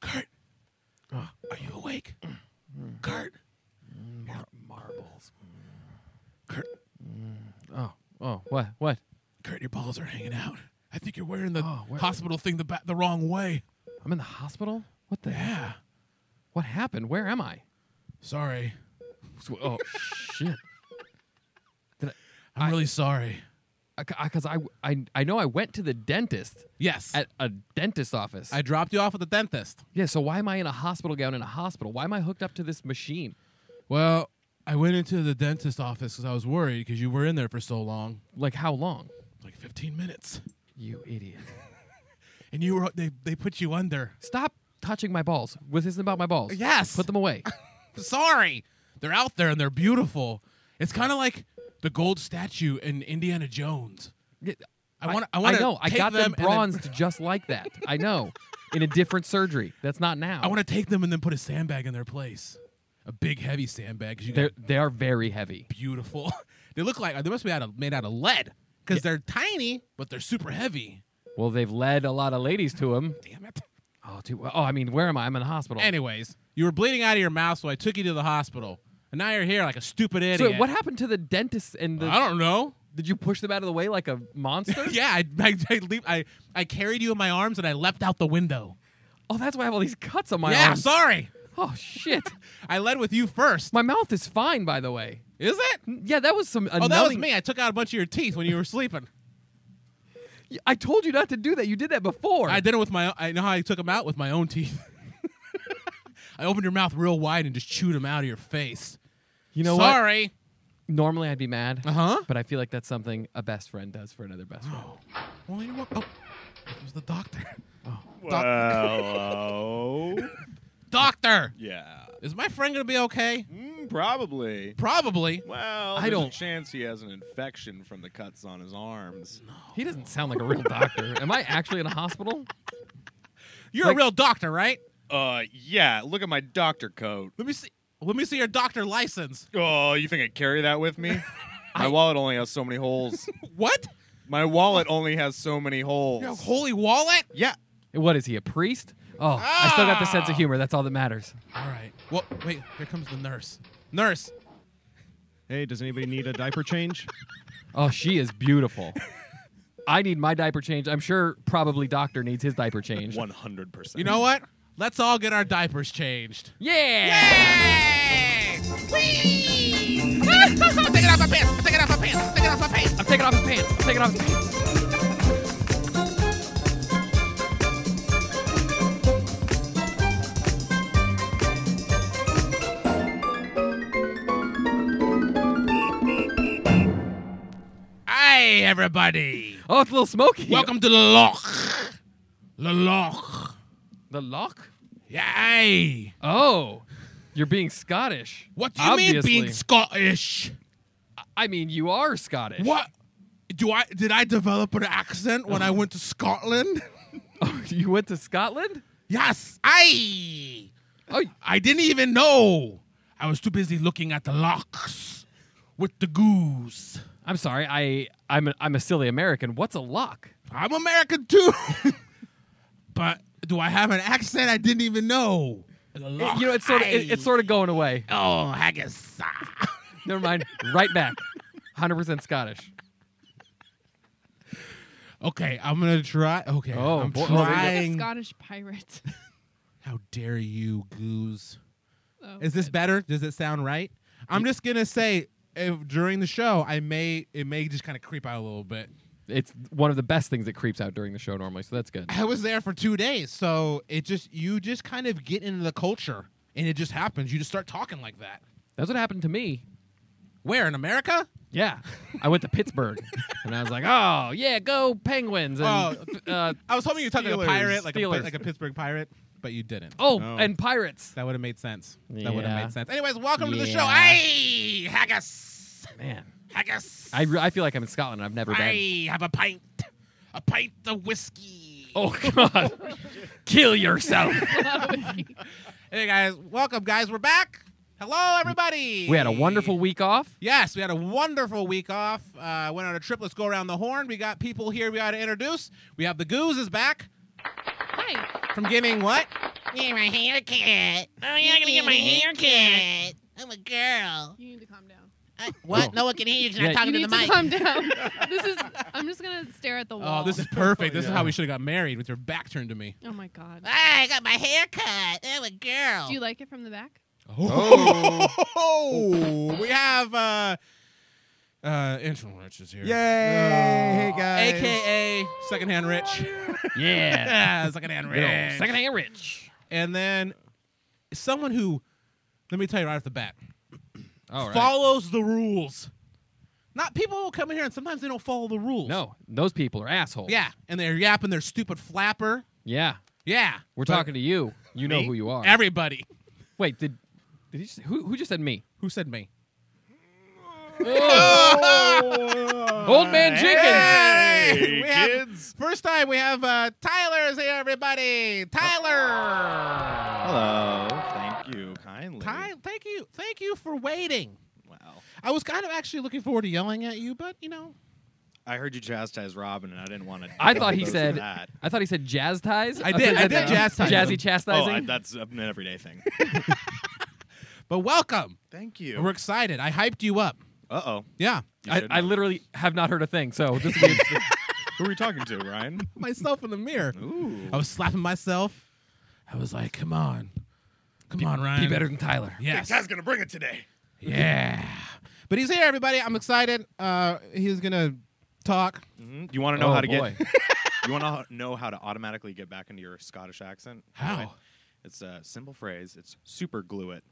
Kurt, are you awake? Kurt, Mar- marbles. Kurt, Oh, oh, what, what? Kurt, your balls are hanging out. I think you're wearing the Oh, where- hospital thing the ba- the wrong way. I'm in the hospital. What the? heck? Yeah. What happened? Where am I? Sorry. Sw- Oh shit! I'm I- really sorry. Because I, I, I know I went to the dentist Yes. at a dentist office. I dropped you off at the dentist. yeah. So why am I in a hospital gown in a hospital? Why am I hooked up to this machine? Well, I went into the dentist office because I was worried because you were in there for so long, Like how long? like 15 minutes, You idiot! and you were they they put you under. Stop touching my balls. This isn't about my balls. Yes. Put them away. Sorry, they're out there and they're beautiful. It's kind of like the gold statue in Indiana Jones. Yeah, I wanna- I wanna know. I take got them, them and then- bronzed just like that. I know. In a different surgery. That's not now. I want to take them and then put a sandbag in their place, a big heavy sandbag. 'cause you They're got they are very heavy. beautiful. they look like they must be out of, made out of lead because they're tiny, but they're super heavy. Well, they've led a lot of ladies to them. Damn it. Oh, dude. Oh, I mean, where am I? I'm in the hospital. Anyways, you were bleeding out of your mouth, so I took you to the hospital, and now you're here like a stupid idiot. so what happened to the dentist? And the, I don't know. did you push them out of the way like a monster? Yeah, I, I, I, leap, I I carried you in my arms and I leapt out the window. Oh, that's why I have all these cuts on my yeah, arms. sorry. oh shit. I led with you first. My mouth is fine, by the way. Is it? Yeah, that was some. a Oh, that was numbing- me. I took out a bunch of your teeth when you were sleeping. I told you not to do that. You did that before. I did it with my. I know how I took them out with my own teeth. I opened your mouth real wide and just chewed them out of your face. you know what? sorry. Normally I'd be mad. Uh-huh. But I feel like that's something a best friend does for another best friend. Well, you know what? Oh, it was the doctor. Well, Doctor, yeah, is my friend gonna be okay? Mm, probably. Probably. Well, I there's don't- a chance he has an infection from the cuts on his arms. He doesn't sound like a real doctor. Am I actually in a hospital? You're Like- a real doctor, right? Uh, yeah. Look at my doctor coat. Let me see. Let me see your doctor license. Oh, you think I carry that with me? my wallet only has so many holes. What? my wallet only has so many holes. Your holy wallet? yeah. What is he, a priest? Oh, I still got the sense of Ah! humor. That's all that matters. All right. Well, wait. Here comes the nurse. Nurse. Hey, does anybody need a diaper change? Oh, she is beautiful. I need my diaper change. I'm sure probably doctor needs his diaper change. One hundred percent. You know what? Let's all get our diapers changed. Yeah! Whee! Ah, Take it off my pants! Take it off my pants! Take it off my pants! I'm taking off his pants. I'm taking off his pants. Hey, everybody! Oh, it's a little smoky. Welcome to the loch. The loch. The lock? Yay! Oh, you're being Scottish. What do you mean Obviously. being Scottish? I mean, you are Scottish. What? Do I did I develop an accent when I went to Scotland? Oh, you went to Scotland? Yes, I. Oh, I didn't even know. I was too busy looking at the locks with the goose. I'm sorry. I I'm a, I'm a silly American. What's a lock? I'm American too. but do I have an accent? I didn't even know. The loch, you know, it's sort of it, aye. it's sort of going away. oh haggis. ah. Never mind. right back. 100% Scottish. Okay, I'm gonna try. Okay, Oh, I'm boy. Oh, there you go. Like a trying. Scottish pirate. How dare you, goose? Oh, Is this good. better? Does it sound right? I'm just gonna say if, during the show, I may it may just kind of creep out a little bit. It's one of the best things that creeps out during the show normally, so that's good. I was there for two days, so it just you just kind of get into the culture, and it just happens. You just start talking like that. That's what happened to me. Where in America? Yeah. I went to Pittsburgh and I was like, "Oh, yeah, go Penguins." And Oh. uh, I was hoping you'd talk like a Steelers. pirate, like a, Steelers. like a Pittsburgh pirate, but you didn't. oh, Oh. and Pirates. That would have made sense. That would have Yeah. made sense. Anyways, welcome to the show. Yeah. Hey, haggis, Man, haggis. I, re- I feel like I'm in Scotland. I've never been. I have a pint, a pint of whiskey. Oh god. Kill yourself. Hey guys, welcome guys. We're back. Hello everybody. we had a wonderful week off. Yes, we had a wonderful week off. Uh, went on a trip. Let's go around the horn. We got people here. We got to introduce. We have the Goose is back. Hi. From getting what? Get my hair cut. Oh, yeah, I'm going to get my hair cut. I'm a girl. You need to calm down. Uh, what? No one can hear you because Yeah, I'm talking you need to the to mic. calm down. This is. I'm just going to stare at the wall. Oh, this is perfect. This is how we should have got married with your back turned to me. Oh, my God. Ah, I got my hair cut. I'm a girl. Do you like it from the back? Oh. Oh, we have uh, uh, interim Rich is here. Yay! Hey, Uh, guys. AKA secondhand Rich. Yeah. yeah, secondhand Rich. Secondhand rich. And then someone who, let me tell you right off the bat, All right. follows the rules. Not people will come in here and sometimes they don't follow the rules. No, those people are assholes. Yeah, and they're yapping their stupid flapper. Yeah. Yeah, We're But talking to you. You know me? who you are. everybody. Wait, did did he just, who who just said me? Who said me? Old man Jenkins. Hey, Hey, we have- Oh, kids. First time we have uh, Tyler's here, everybody. Tyler. Hello. Thank you kindly. Ty- thank you, thank you for waiting. Wow. I was kind of actually looking forward to yelling at you, but you know, I heard you chastise Robin, and I didn't want to. I thought he those said- That. I thought he said jazz ties. I did, I said did that- jazz ties him. Jazzy Oh, chastising. I, that's an everyday thing. but welcome. Thank We're you. excited. I hyped you up. Uh oh. Yeah, I, I literally have not heard a thing. So this will be interesting. Who are we talking to, Ryan? myself in the mirror. Ooh. I was slapping myself. I was like, "Come on, come on, Ryan, be better than Tyler. Yes, gonna bring it today. yeah. But he's here, everybody. I'm excited. Uh, he's gonna talk. hmm You want to know Oh, how to boy. get? you want to know how to automatically get back into your Scottish accent? How? Right? It's a simple phrase. It's super glue it.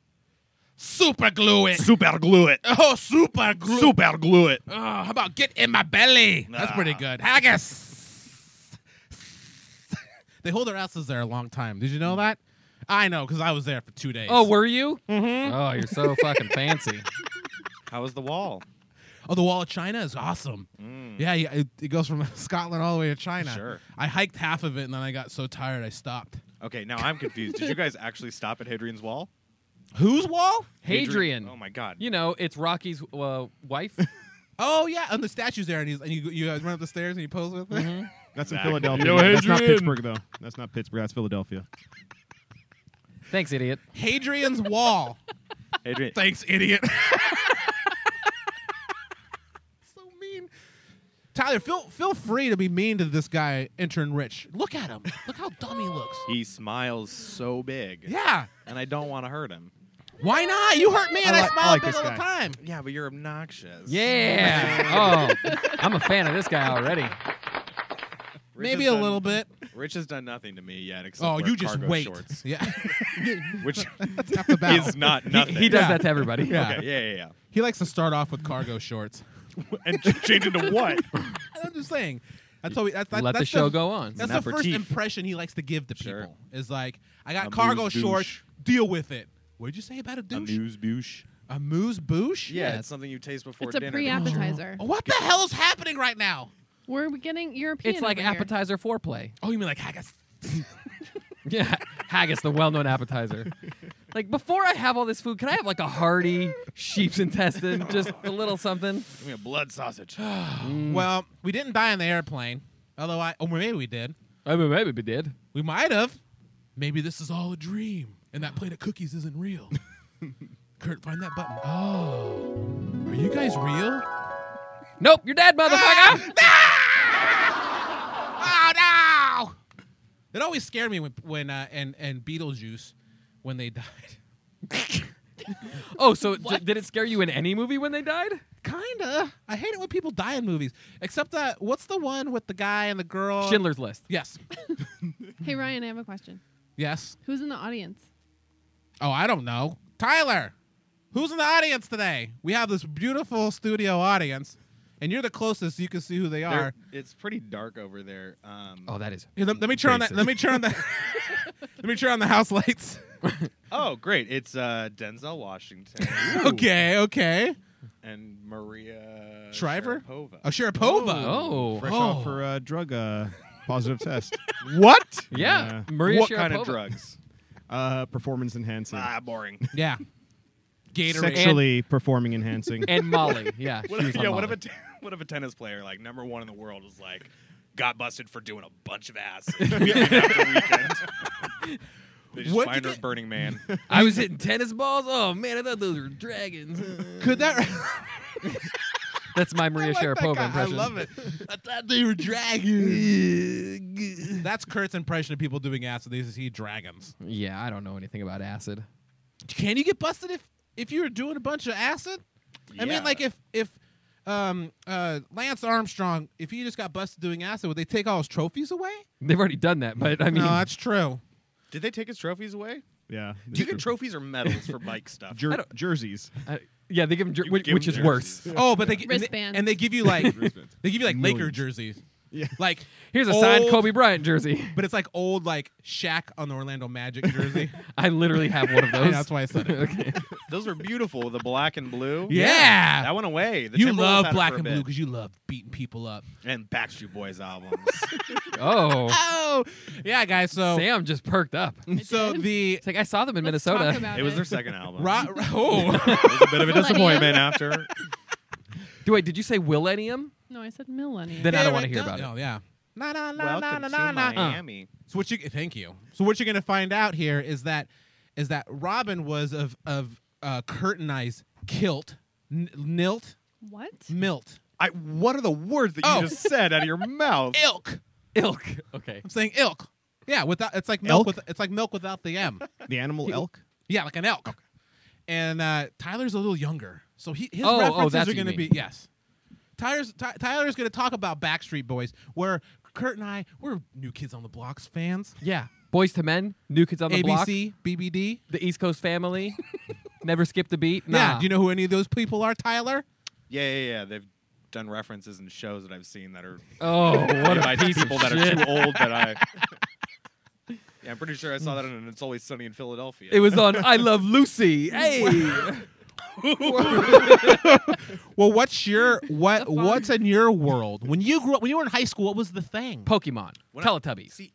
Super glue it. Super glue it. Oh, super glue. Super glue it. Oh, how about get in my belly? That's Ah. pretty good. Haggis. they hold their asses there a long time. Did you know that? I know because I was there for two days. Oh, were you? Mm-hmm. Oh, you're so fucking fancy. How was the wall? oh, the Wall of China is awesome. Mm. Yeah, yeah it, it goes from Scotland all the way to China. Sure. I hiked half of it and then I got so tired I stopped. Okay, now I'm confused. Did you guys actually stop at Hadrian's Wall? Whose wall? Hadrian. Oh my God. You know, it's Rocky's uh, wife. Oh yeah, and the statue's there, and, he's, and you you guys run up the stairs and you pose with it. That's in Exactly. Philadelphia. Yo, that's not Adrian. Pittsburgh though. That's not Pittsburgh. That's Philadelphia. Thanks, idiot. Hadrian's wall. Hadrian. Thanks, idiot. so mean. Tyler, feel feel free to be mean to this guy, intern Rich. Look at him. Look how dumb he looks. He smiles so big. Yeah. And I don't want to hurt him. Why not? You hurt me, and I, like- I smile like big this all the guy. time. Yeah, but you're obnoxious. Yeah. oh, I'm a fan of this guy already. Rich Maybe a has done- little bit. Rich has done nothing to me yet. Except Oh, wear you just cargo wait. Shorts, Yeah. which That's half the battle. is not He, nothing. he does Yeah. that to everybody. Yeah. Okay, yeah, yeah, He likes to start off with cargo shorts. yeah. and change into what? I'm just saying. That's always, that's, that, Let that's the show go on. That's Not the for first teeth. impression he likes to give to Sure. people. Is like, I got A cargo moose douche. shorts. Deal with it. What'd you say about a douche? bouche. A moose boosh? Yeah, Yeah. it's something you taste before It's a dinner. pre appetizer. What the hell is happening right now? We're getting European. It's like over here. appetizer foreplay. Oh, you mean like haggis? Yeah, haggis, the well-known appetizer. Like before I have all this food, can I have like a hearty sheep's intestine, just a little something? Give me a blood sausage. Well, we didn't die in the airplane. Although I, oh, maybe we did. I mean, maybe we did. We might have. Maybe this is all a dream, and that plate of cookies isn't real. Kurt, find that button. Oh, are you guys real? Nope, you're dead, Ah! motherfucker. Oh no! It always scared me when, when uh, and and Beetlejuice when they died. oh, so d- did it scare you in any movie when they died? Kinda. I hate it when people die in movies. Except that what's the one with the guy and the Uh, girl? Schindler's List. Yes. Hey, Ryan, I have a question. Yes. Who's in the audience? Oh, I don't know. Tyler, who's in the audience today? We have this beautiful studio audience, and you're the closest you can see who they They're- are. It's pretty dark over there. Um, Oh, that is. Here, let, let me turn on that. Let me turn on the. let me turn on the house lights. oh, great. It's uh, Denzel Washington okay. Okay. and Maria Shriver? Sharapova. Oh, uh, Sharapova. Oh, Fresh Oh. off her uh, drug uh, positive test. what? yeah. Yeah. Maria what kind of Sharapova. drugs? Uh, performance enhancing. ah, boring. Yeah. Gatorade. Sexually performing enhancing. And Molly. Yeah. What she was if, on yeah, what if Molly. a t- what if a tennis player like number one in the world was like, got busted for doing a bunch of acid. weekend after weekend. They just What find did her it- at Burning Man. I was hitting tennis balls. Oh man, I thought those were dragons. Could that? That's my Maria Sharapova impression. it. I thought they were dragons. That's Kurt's impression of people doing acid. They see dragons. Yeah, I don't know anything about acid. Can you get busted if if you were doing a bunch of acid? I Yeah. mean, like if if um uh Lance Armstrong, if he just got busted doing acid, would they take all his trophies away? They've already done that, but I mean, no, that's true. Did they take his trophies away? Yeah. Do you get trophies or medals for bike stuff? Jer- I don't- jerseys? I- yeah, they give him, jer- You which, give which him is worse. jerseys. Oh, but they gi- and they, Wristbands. and they give you like Wristbands. they give you like Laker Millions. jerseys. Yeah. Like oh, Here's a signed old- Kobe Bryant jersey. but it's like old like Shaq on the Orlando Magic jersey. I literally have one of I those. know, that's why I said it. okay. Those were beautiful. The black and blue. Yeah. That went away. The you Timberwolves love had it black for a and blue bit. because you love beating people up. and Backstreet Boys albums. Oh, Oh, yeah, guys. So Sam just perked up. so the It's like I saw them in Let's Minnesota. Talk about it was their second album. Ra- oh. It was a bit of a Millennium. disappointment after. Do wait, did you say Millennium? No, I said millennium. Then I don't There wanna it hear go- about it. No, yeah. Na, na, na, na, Welcome na, to na, na. Miami. So what you thank you. So what you're gonna find out here is that is that Robin was of of uh, curtainized kilt, n- nilt, what? milt, I, what are the words that you Oh. just said out of your mouth? ilk. Ilk. Okay. I'm saying ilk. Yeah, without it's like milk. Elk? With, it's like milk without the m. The animal elk? yeah, like an elk. And uh, Tyler's a little younger, so he his Oh, oh, references that's are what you gonna be mean. yes. Tyler's Ty- Tyler's gonna talk about Backstreet Boys, where Kurt and I we're New Kids on the Blocks fans. Yeah. Boys to Men, New Kids on the Block, ABC, BBD. The East Coast Family, Never Skip the Beat. Nah. Yeah. Do you know who any of those people are, Tyler? Yeah, yeah, yeah. They've done references and shows that I've seen that are Oh, what by a piece people of that shit. are too old that I. Yeah, I'm pretty sure I saw that in It's Always Sunny in Philadelphia. It was on I Love Lucy. Hey. Well, what's your what fun. what's in your world? When you grew up, when you were in high school, what was the thing? Pokemon. When I- Teletubbies. See,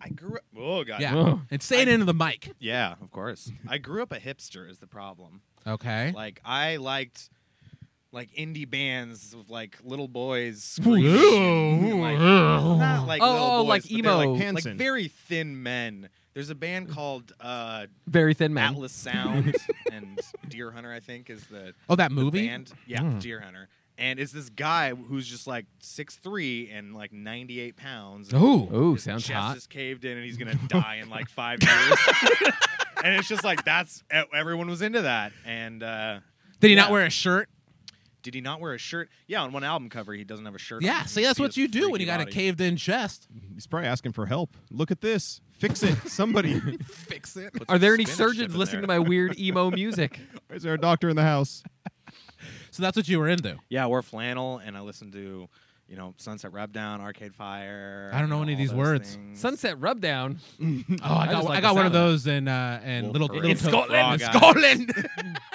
I grew up. Oh god. Yeah, Oh. and say it into the mic. Yeah, of course. I grew up a hipster is the problem. Okay. Like I liked like indie bands with like little boys Ooh, screaming, and, like, not like Oh, little oh, boys, like but they're, emo. like, Hanson. like very thin men. There's a band called uh, Very thin man. Atlas Sound and Deer Hunter, I think, is the Oh, that movie. Hmm. band. Yeah, Deer Hunter. And it's this guy who's just like six three and like 98 pounds. Ooh. Ooh, His sounds chest hot. is caved in and he's gonna die in like five years. and it's just like that's e- everyone was into that. And uh, Did he not Yeah. wear a shirt? did he not wear a shirt? Yeah, on one album cover he doesn't have a shirt. Yeah. on. See, can that's what his you do when freaky you got a body. caved-in chest. He's probably asking for help. Look at this. Fix it. Somebody. Fix it. Put Are some there any Spanish shit surgeons in listening to there. my weird emo music? Is there a doctor in the house? So that's what you were into. Yeah, I wore flannel and I listened to, you know, Sunset Rubdown, Arcade Fire. I don't know and any of all these those words. things. Sunset Rubdown. Oh, I got just I like got the one of sound of those in uh and Wolf little Parade. little In Toad Scotland, Frog in Eyes.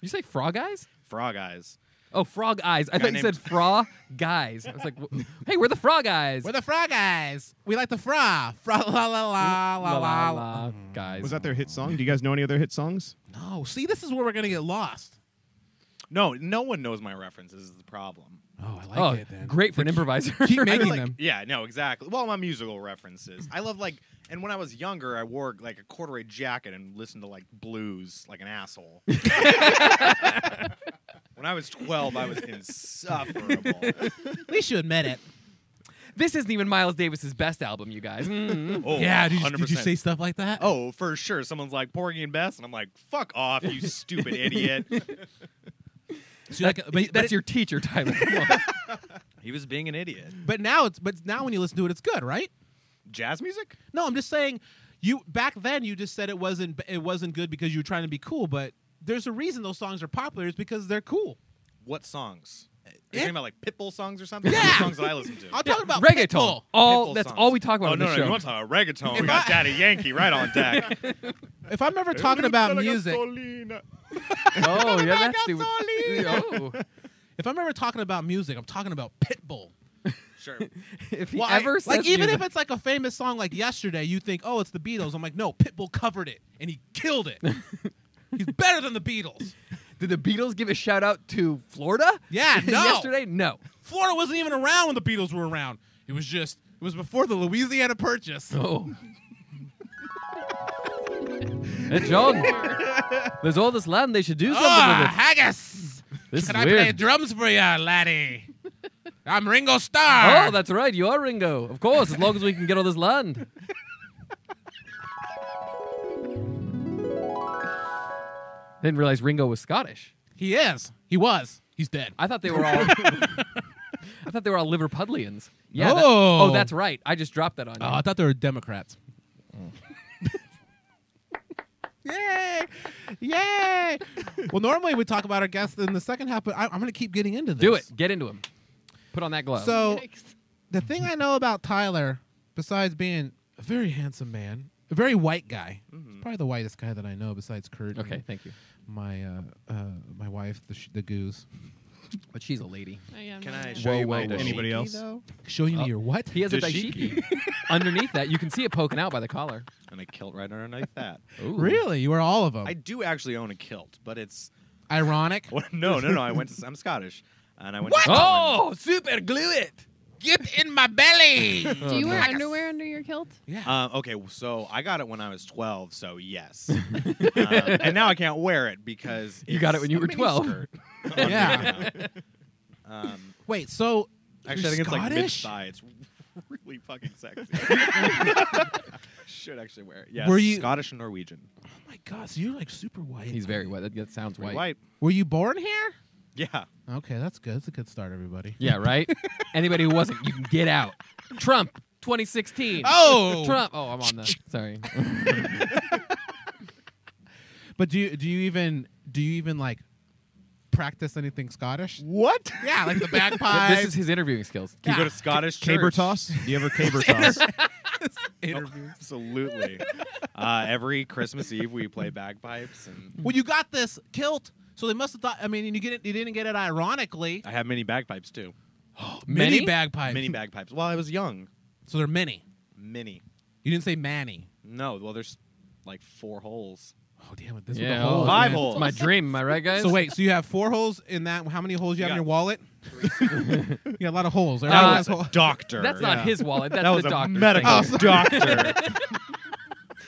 You say frog eyes? Frog Eyes. Oh, frog eyes. I Guy thought you said named- fra guys. I was like, wh- hey, we're the frog eyes. We're the frog eyes. We like the fra. Fra la la la la la. la. guys. Was that their hit song? Do you guys know any of their hit songs? No. See, this is where we're gonna get lost. No, no one knows my references is the problem. Oh, I like oh, it then. great for an improviser. Keep making like, them. Yeah, no, exactly. Well, my musical references. I love like, and when I was younger, I wore like a corduroy jacket and listened to like blues like an asshole. when I was twelve, I was insufferable. At least you admit it. this isn't even Miles Davis's best album, you guys. Mm. Oh, yeah, did you, did you 100%. say stuff like that? Oh, for sure. Someone's like Porgy and Bess, and I'm like, "Fuck off, you stupid idiot." so like, but, but, That's it- your teacher, Tyler. Come on. He was being an idiot. but now it's but now when you listen to it, it's good, right? Jazz music? No, I'm just saying you back then you just said it wasn't it wasn't good because you were trying to be cool, but there's a reason those songs are popular is because they're cool. What songs? Are you Yeah. talking about like Pitbull songs or something? Yeah. What songs that I listen to. I'm talking about reggaeton. Pitbull. All Pitbull that's songs. all we talk about Oh on no, the no, show. you want to talk about reggaeton? If we got I- Daddy Yankee right on deck. If I'm ever talking about music, oh, yeah, that's stupid. Oh. if I'm ever talking about music, I'm talking about Pitbull. Sure. If he Why? ever says Like even if music- it's like a famous song like yesterday, you think, "Oh, it's the Beatles." I'm like, "No, Pitbull covered it and he killed it." He's better than the Beatles. Did the Beatles give a shout out to Florida? Yeah, no. Yesterday, no. Florida wasn't even around when the Beatles were around. It was just it was before the Louisiana Purchase. Oh. hey, John. There's all this land. They should do something Ah, with it. haggis! This Can is I weird. play drums for you, laddie? I'm Ringo Starr. Oh, that's right. You are Ringo. Of course, as long as we can get all this land. Didn't realize Ringo was Scottish. he is. He was. He's dead. I thought they were all. I thought they were all Liverpudlians. Yeah. that- Oh. oh, that's right. I just dropped that on you. Oh, I thought they were Democrats. Yay! Yay! well, normally we talk about our guests in the second half, but I, I'm going to keep getting into this. Do it. Get into him. Put on that glove. So, Yikes. the thing I know about Tyler, besides being a very handsome man, a very white guy, he's probably the whitest guy that I know besides Kurt. and okay, thank you. My uh, uh, my wife, the, sh- the goose. But she's a lady. I am Can not I gonna- show Whoa, you whoa, my whoa. dashiki, Anybody else? though? Showing me Oh, your what? He has Dashiki. a dashiki. Underneath that, you can see it poking out by the collar. And a kilt right underneath that. Ooh. really? You are all of them. I do actually own a kilt, but it's Ironic. well, no, no, no. I went. To, I'm Scottish, and I went. To Scotland. Oh, super glue it. Get in my belly. Do you wear underwear under your kilt? Yeah. Uh, okay, so I got it when I was 12, so yes. Um, and now I can't wear it because You got it it's when you a were 12. miniskirt. Yeah. Um, Wait. So You're actually, I think it's like mid Scottish? thigh. It's really fucking sexy. Should actually wear it. Yes. Were you- Scottish and Norwegian? Oh my gosh, you're like super white. He's very white. That, that sounds Pretty white. white. Were you born here? Yeah. Okay, that's good. That's a good start, everybody. Yeah, right? Anybody who wasn't, you can get out. Trump, 2016. Oh, Trump. Oh, I'm on the. Sorry. but do you do you even do you even like practice anything Scottish? What? Yeah, like the this bagpipes. is his interviewing skills. Do you Yeah. go to Scottish Caber church? toss? Do you ever caber toss? Interview. Absolutely. Uh, every Christmas Eve we play bagpipes, and well, you got this kilt, so they must have thought. I mean, you get it. You didn't get it ironically. I have mini bagpipes too. Oh, Many? Mini bagpipes. Mini bagpipes. Well, I was young. So they're mini. Mini. You didn't say manny. No, well, there's like four holes. Oh damn it! This was Yeah, the holes, oh, Five man. holes. It's my dream, am I right, guys? So wait, so you have four holes in that? How many holes you have Yeah. in your wallet? you got a lot of holes. Uh, Everyone has That's hole- a doctor. That's not his wallet. That's That was the a doctor's. medical thing. doctor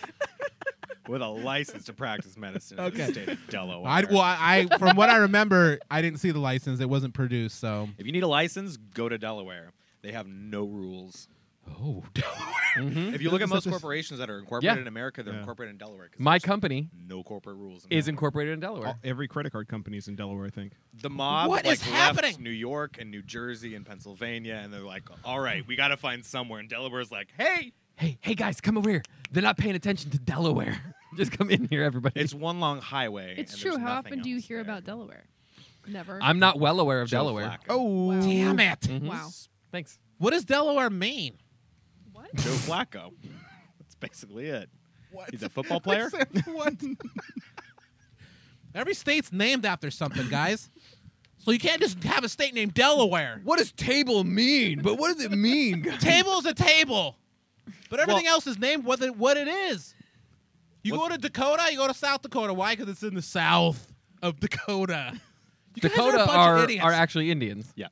with a license to practice medicine in Okay. the state of Delaware. I, well, I, I from what I remember, I didn't see the license. It wasn't produced, so if you need a license, go to Delaware. They have no rules. oh, Mm-hmm. If you look at Isn't that most just- corporations that are incorporated Yeah. in America, they're Yeah. incorporated in Delaware. 'cause My there's company no corporate rules. in is Delaware. incorporated in Delaware. All- Every credit card company is in Delaware, I think. the mob What like, is left happening? New York and New Jersey and Pennsylvania, and they're like, "All right, we got to find somewhere." And Delaware's like, "Hey, Hey, hey, guys, come over here. They're not paying attention to Delaware. Just come in here, everybody. it's one long highway." It's and true. there's How nothing often do you else hear there." about Delaware? Never. I'm not well aware of Joe Delaware. Flacco. Oh. Wow. Oh. damn it! Wow. Thanks. Mm-hmm. What does Delaware mean? What? Joe Flacco. That's basically it. He's a football player. what? Every state's named after something, guys. So you can't just have a state named Delaware. What does table mean? But what does it mean? Table is a table, but everything else is named what it, what it is. You What- go to Dakota, you go to South Dakota. Why? Because it's in the south of Dakota. You guys Dakota a bunch are, of are, idiots. actually Indians. Yeah.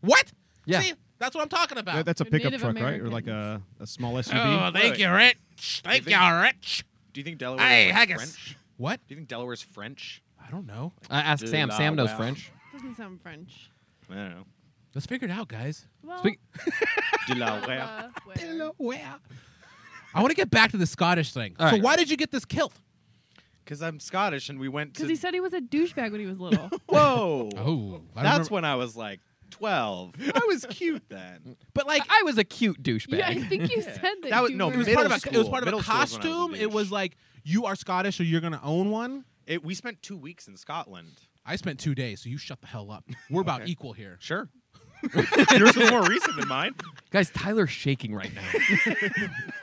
what? Yeah. See, that's what I'm talking about. That- that's a They're pickup Native truck, right? Or like a, a small SUV? Oh, thank you, Rich. Thank think- you, Rich. Do you think Delaware Hey, is like, haggis. French? What? Do you think Delaware's French? I don't know. I asked Sam. Sam knows French. Doesn't sound French. I don't know. Let's figure it out, guys. Well, uh, Speak- Delaware. Delaware. Delaware. I want to get back to the Scottish thing. All so right. why did you get this kilt? Because I'm Scottish and we went to. Because he said he was a douchebag when he was little. Whoa. Oh, That's when I was like 12. I was cute then. But like, I was a cute douchebag. yeah, I think you Yeah. said that. That was- you no, were- it was Middle part of a it was school. part of Middle a school is when I was a costume. it douche. was like you are Scottish, so you're gonna own one. It, we spent two weeks in Scotland. I spent two days, so you shut the hell up. We're about Okay. equal here. Sure. Yours was more recent than mine. Guys, Tyler's shaking right now.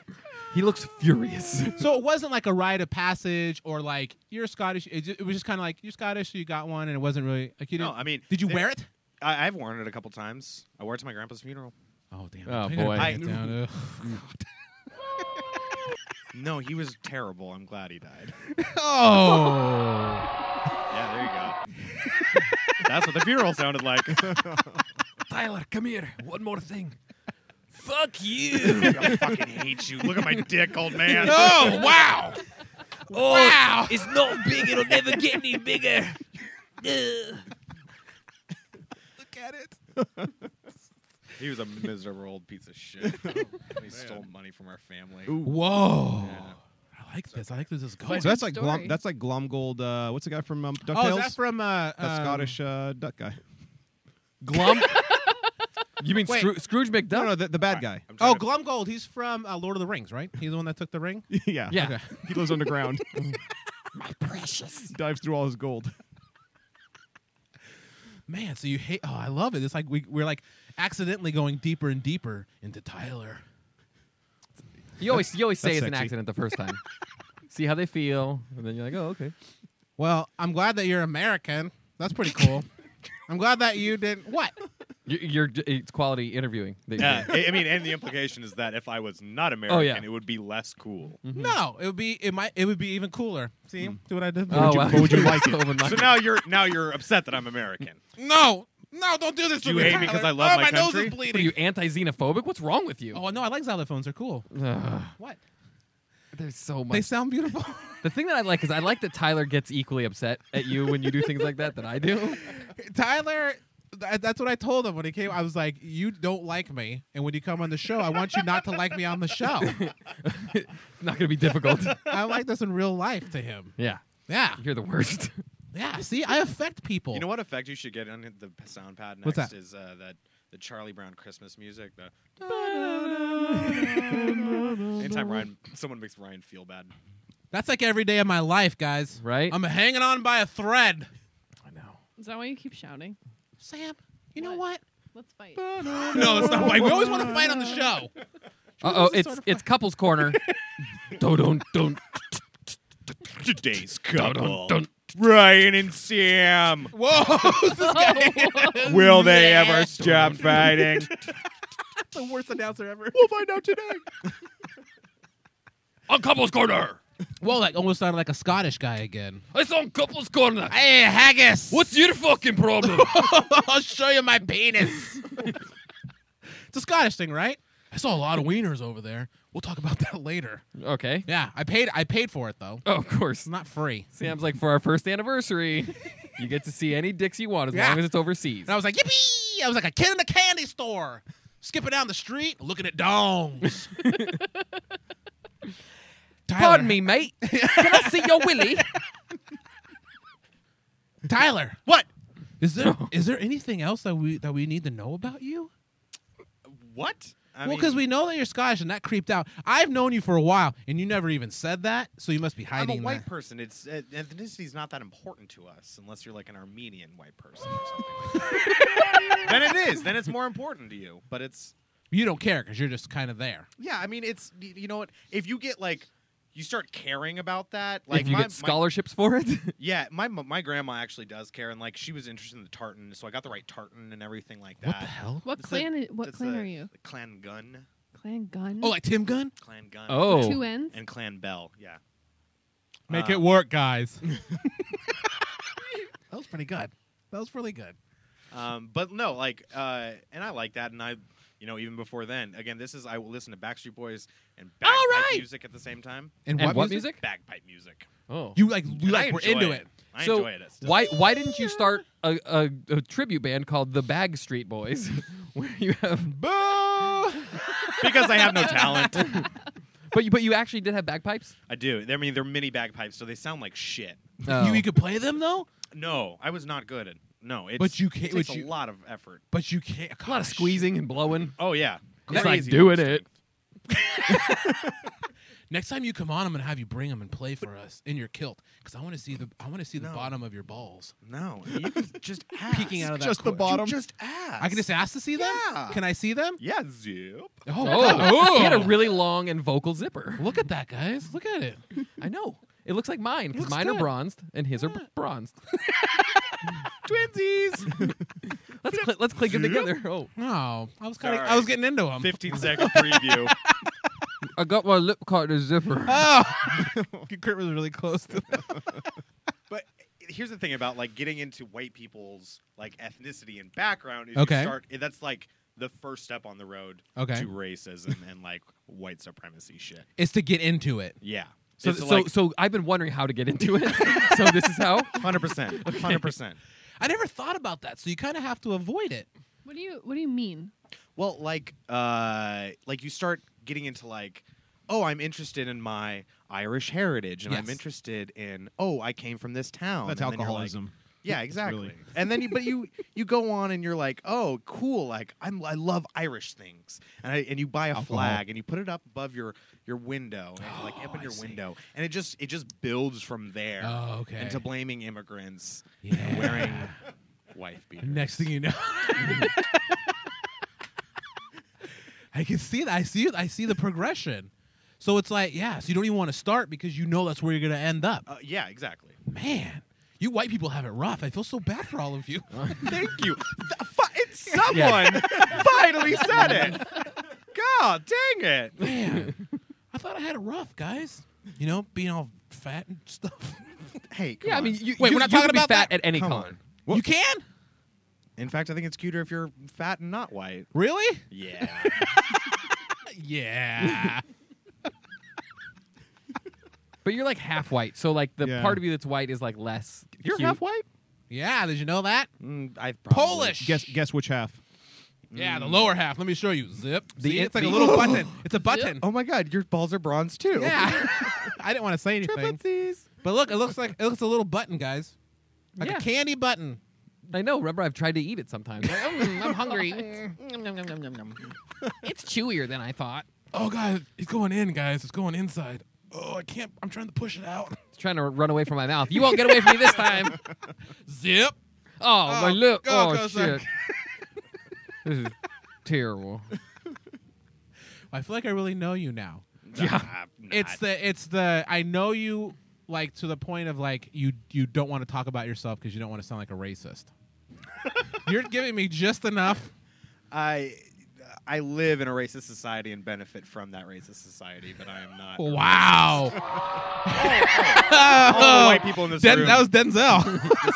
he looks furious. So it wasn't like a rite of passage or like you're Scottish. It, ju- it was just kind of like you're Scottish, so you got one, and it wasn't really like you No, didn't. I mean. did you they- wear it? I, I've worn it a couple times. I wore it to my grandpa's funeral. Oh damn! Oh, I gotta boy. bring I- it down. Ugh. No, he was terrible. I'm glad he died. oh. Yeah, there you go. That's what the funeral sounded like. Tyler, come here. One more thing. Fuck you. I fucking hate you. Look at my dick, old man. Oh, wow. oh, Wow. It's not big. It'll never get any bigger. Ugh. Look at it. He was a miserable old piece of shit. he stole money from our family. Whoa. Yeah. I like this. I like this is going. So that's like story. Glom, that's like Glomgold. Uh, what's the guy from um, Ducktales? Oh, is that from uh, That um, Scottish uh, duck guy. Glum. you mean Wait. Scroo- Scrooge McDuck? No, no, the, the bad guy. I'm trying Oh, to- Glumgold. He's from uh, Lord of the Rings, right? He's the one that took the ring. yeah, Yeah. he lives underground. My precious dives through all his gold. Man, so you hate. Oh, I love it. It's like we, we're like accidentally going deeper and deeper into Tyler. You always you always say that's it's an sexy. accident the first time. See how they feel, and then you're like, oh, okay. Well, I'm glad that you're American. That's pretty cool. I'm glad that you didn't. What? You're, you're j- it's quality interviewing. that you're Yeah, I I mean, and the implication is that if I was Oh, not American, it would be less cool. No, it would be. It might. It would be even cooler. See, see what I did? doing. oh, wow. what would you like it? Open mic. So now you're now you're upset that I'm American. No, no, don't do this Do you hate me 'cause I love my country? What are you anti-xenophobic? What's wrong with you? Oh no, I like xylophones. They're cool. Ugh. What? there's so much. They sound beautiful. the thing that I like is I like that Tyler gets equally upset at you when you do things like that that I do. Tyler, th- that's what I told him when he came. I was like, "You don't like me, and when you come on the show, I want you not to like me on the show. It's not gonna be difficult. I like this in real life." To him, yeah, yeah, you're the worst. yeah. See, I affect people. You know what effect you should get on the p- sound pad next What's that? is uh, that the Charlie Brown Christmas music. The anytime Ryan someone makes Ryan feel bad. That's like every day of my life, guys. Right? I'm hanging on by a thread. I know. Is that why you keep shouting? Sam, you know what? What? Let's fight. No, it's not right. We always want to fight on the show. Uh oh, it's it's couples corner. don't don't don't Today's don't don't. Ryan and Sam. Whoa, who's this guy? Will they ever stop fighting? the worst announcer ever. we'll find out today. On Couples Corner. Well, that almost sounded like a Scottish guy again. It's on Couples Corner. Hey, haggis. What's your fucking problem? I'll show you my penis. it's a Scottish thing, right? I saw a lot of wieners over there. We'll talk about that later. Okay. Yeah, I paid. I paid for it though. Oh, of course. It's not free. Sam's like, for our first anniversary, you get to see any dicks you want as Yeah. long as it's overseas. And I was like, yippee! I was like a kid in a candy store, skipping down the street, looking at dongs. Tyler, Pardon me, mate. Can I see your willy? Tyler. What? Is there is there anything else that we that we need to know about you? What? I well, mean, because we know that you're Scottish, and that creeped out. I've known you for a while, and you never even said that, so you must be I'm hiding. a white that. person. It's uh, ethnicity's not that important to us unless you're like an Armenian white person or something. like that. then it is. Then it's more important to you. But it's You don't care because you're just kind of there. yeah. I mean, it's y- you know what? If you get like you start caring about that, like if you my, get scholarships for it. my yeah, my my grandma actually does care, and like she was interested in the tartan, so I got the right tartan and everything like that. What the hell? What It's clan? the- i- what That's clan the- are you? The clan gun, Clan Gun. Oh, like Tim Gunn? clan gun. two oh, ends. and clan bell. Yeah. Make Uh, it work, guys. that was pretty good. That was really good. Um, but no, like, uh, and I like that, and I, you know, even before then, again, this is I will listen to Backstreet Boys and bagpipe music at the same time. and what, music? Bagpipe music. Oh, You like? You And I like? We're enjoy into it. I so enjoy it. It's still- why why didn't you start a, a, a tribute band called the Bag Street Boys, where you have because I have no talent. but you, but you actually did have bagpipes? I do. I mean, they're mini bagpipes, so they sound like shit. Oh. You, you could play them though, No, I was not good at. No, it's, But you can't- It takes but you- a lot of effort. but you can't. a lot of squeezing and blowing. Oh yeah, It's like Crazy doing moves. it. Next time you come on, I'm gonna have you bring them and play for us in your kilt because I want to see the I want to see the No. bottom of your balls. No, you can just ask. Peeking out of that Just the qu- bottom. Just ask. I can just ask to see them. Yeah. Can I see them? Yeah, zip. Oh, Oh, he had a oh. really long and vocal zipper. Look at that, guys! Look at it. I know. It looks like mine because Looks mine are good. bronzed and his are br- bronzed. Twinsies. let's cl- let's click them together. Oh, No, I was kind of. Sorry. I was getting into them. Fifteen second preview. I got my lip caught in a zipper. Oh, Kurt was really close to. Them. But here's the thing about like getting into white people's like ethnicity and background is Okay. you start eh, that's like the first step on the road Okay. to racism and like white supremacy shit. It's to get into it. Yeah. So, It's so, like so I've been wondering how to get into it. so this is how. 100%. 100%. I never thought about that, so you kind of have to avoid it. What do you What do you mean? Well, like uh like you start getting into like oh, I'm interested in my Irish heritage and I'm Yes. interested in oh, I came from this town. That's and then you're like, alcoholism. Yeah, It's really- exactly. And then you, but you you go on and you're like, oh, cool. Like I'm I love Irish things, and I and you buy a flag and you put it up above your your window, and, Oh, like up in your window, and it just it just builds from there Oh, okay. into blaming immigrants Yeah. and wearing wife beaters. Next thing you know. I can see that. I see it. I see the progression. So it's like, yeah, so you don't even want to start because you know that's where you're going to end up. Uh, yeah, exactly. Man, you white people have it rough. I feel so bad for all of you. Thank you. Th- fi- it's someone finally said it. God dang it. Man, I thought I had it rough, guys. You know, being all fat and stuff. Hey, come Yeah, I on. mean, you, Wait, you, we're not you talking can be about fat that? at any Come con. on. You can? in fact, I think it's cuter if you're fat and not white. Really? Yeah. Yeah. But you're like half white, so like the Yeah. part of you that's white is like less. you're cute. half white. yeah, did you know that? Mm, I Polish. Guess guess which half? Yeah, the lower half. Let me show you. Zip. The See, in- it's like a the- little button. It's a button. Oh my god, your balls are bronze too. Yeah. I didn't want to say anything. But look, it looks like it looks a little button, guys. Like Yeah. a candy button. I know. Remember, I've tried to eat it sometimes. Like, oh, I'm hungry. it's chewier than I thought. Oh god, he's going in, guys. It's going inside. Oh, I can't. I'm trying to push it out. It's trying to run away from my mouth. You won't get away from me this time. Zip. Oh, my lip. go, oh go, shit. son. this is terrible. I feel like I really know you now. yeah. It's the it's the I know you like to the point of like you you don't want to talk about yourself because you don't want to sound like a racist. You're giving me just enough. I I live in a racist society and benefit from that racist society, but I am not. Wow. Oh, All the white people in this Den- room. that was Denzel. the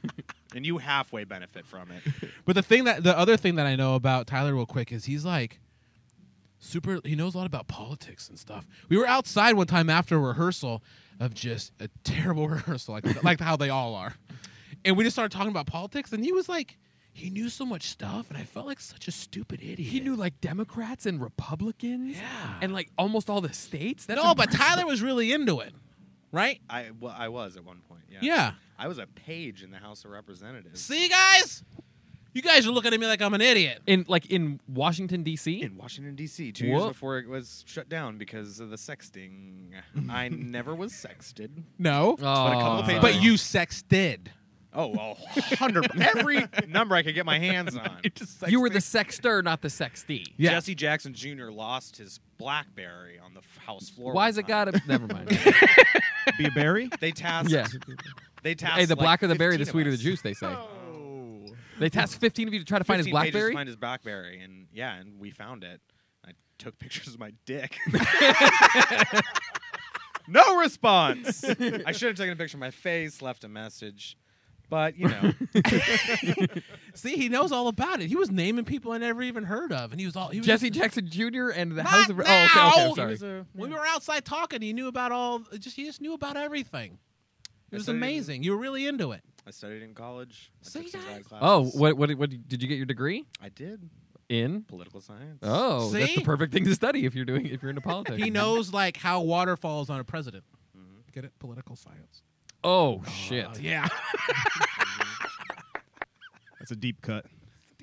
same. and you halfway benefit from it. But the thing that the other thing that I know about Tyler real quick is he's like super he knows a lot about politics and stuff. We were outside one time after a rehearsal of just a terrible rehearsal like like how they all are. And we just started talking about politics and he was like he knew so much stuff and I felt like such a stupid idiot. He knew like Democrats and Republicans, Yeah. and like almost all the states. That's No, but impressive. Tyler was really into it. Right? I well, I was at one point. Yeah. Yeah. I was a page in the House of Representatives See guys? You guys are looking at me like I'm an idiot. in like in Washington D.C. in Washington D.C. two Whoa. years before it was shut down because of the sexting. I never was sexted. No. But a couple Oh. of pages- But you sex did. Oh, well, hundred every number I could get my hands on. you were the sexter, not the sextee. Yeah. Jesse Jackson Jr. lost his BlackBerry on the f- house floor. Why's one it time. got to? Never mind. Be a berry? They tasked. Yeah. They tasked. hey, the like, blacker the berry, the 15 of sweeter the us. juice. They say. Oh. They tasked 15 of you to try to find his 15 pages to BlackBerry. Find his BlackBerry, and yeah, and we found it. I took pictures of my dick. no response. I should have taken a picture of my face, left a message, but you know, See, he knows all about it. He was naming people I never even heard of, and he was all he was Jesse just- Jackson Jr. and the Not House of. Re- Oh, okay, okay, now! I'm sorry. He was a- when we were outside talking, he knew about all. Just he just knew about everything. It was so he didn't- amazing. You were really into it. I studied in college. I So took you some guys- grad classes. Oh, what, what? What? Did you get your degree I did in? political science. Oh, that's the See? perfect thing to study if you're doing if you're into politics. He knows like how water falls on a president. Mm-hmm. Get it? Political science. Oh shit, Uh, Yeah. That's a deep cut.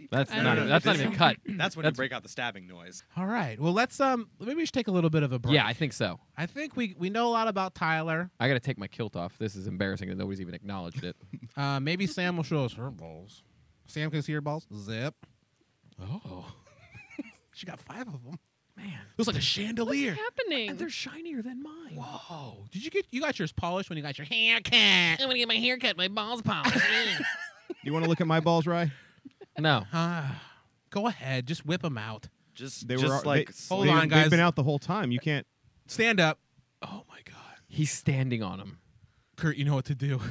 that's I don't not know. that's not even cut. That's when That's- you break out the stabbing noise. all right. Well, let's um. Maybe we should take a little bit of a break. Yeah, I think so. I think we we know a lot about Tyler. I gotta take my kilt off. This is embarrassing that nobody's even acknowledged it. Uh, maybe Sam will show us her balls. Sam can see her balls. Zip. Oh, She got five of them. Man, It was like a chandelier. What's happening? shinier than mine. Whoa! Did you get you got yours polished when you got your haircut? gonna get my hair cut. My balls popped. You want to look at my balls, Rye? no, Ah, go ahead, just whip them out. Just They just were like they, Hold they- on, guys. They've been out the whole time. You can't. Stand up. oh my god. he's standing on him. Kurt, you know what to do.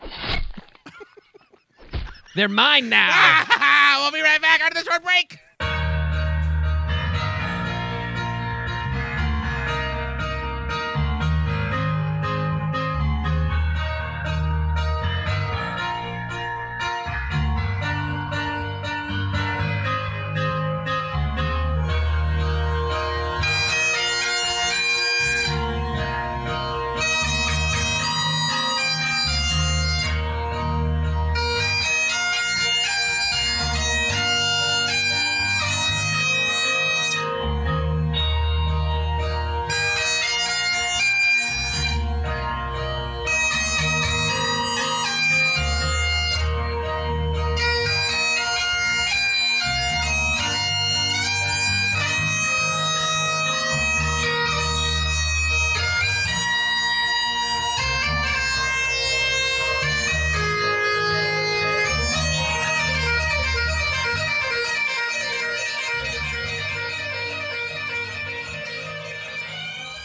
They're mine now. we'll be right back after this short break.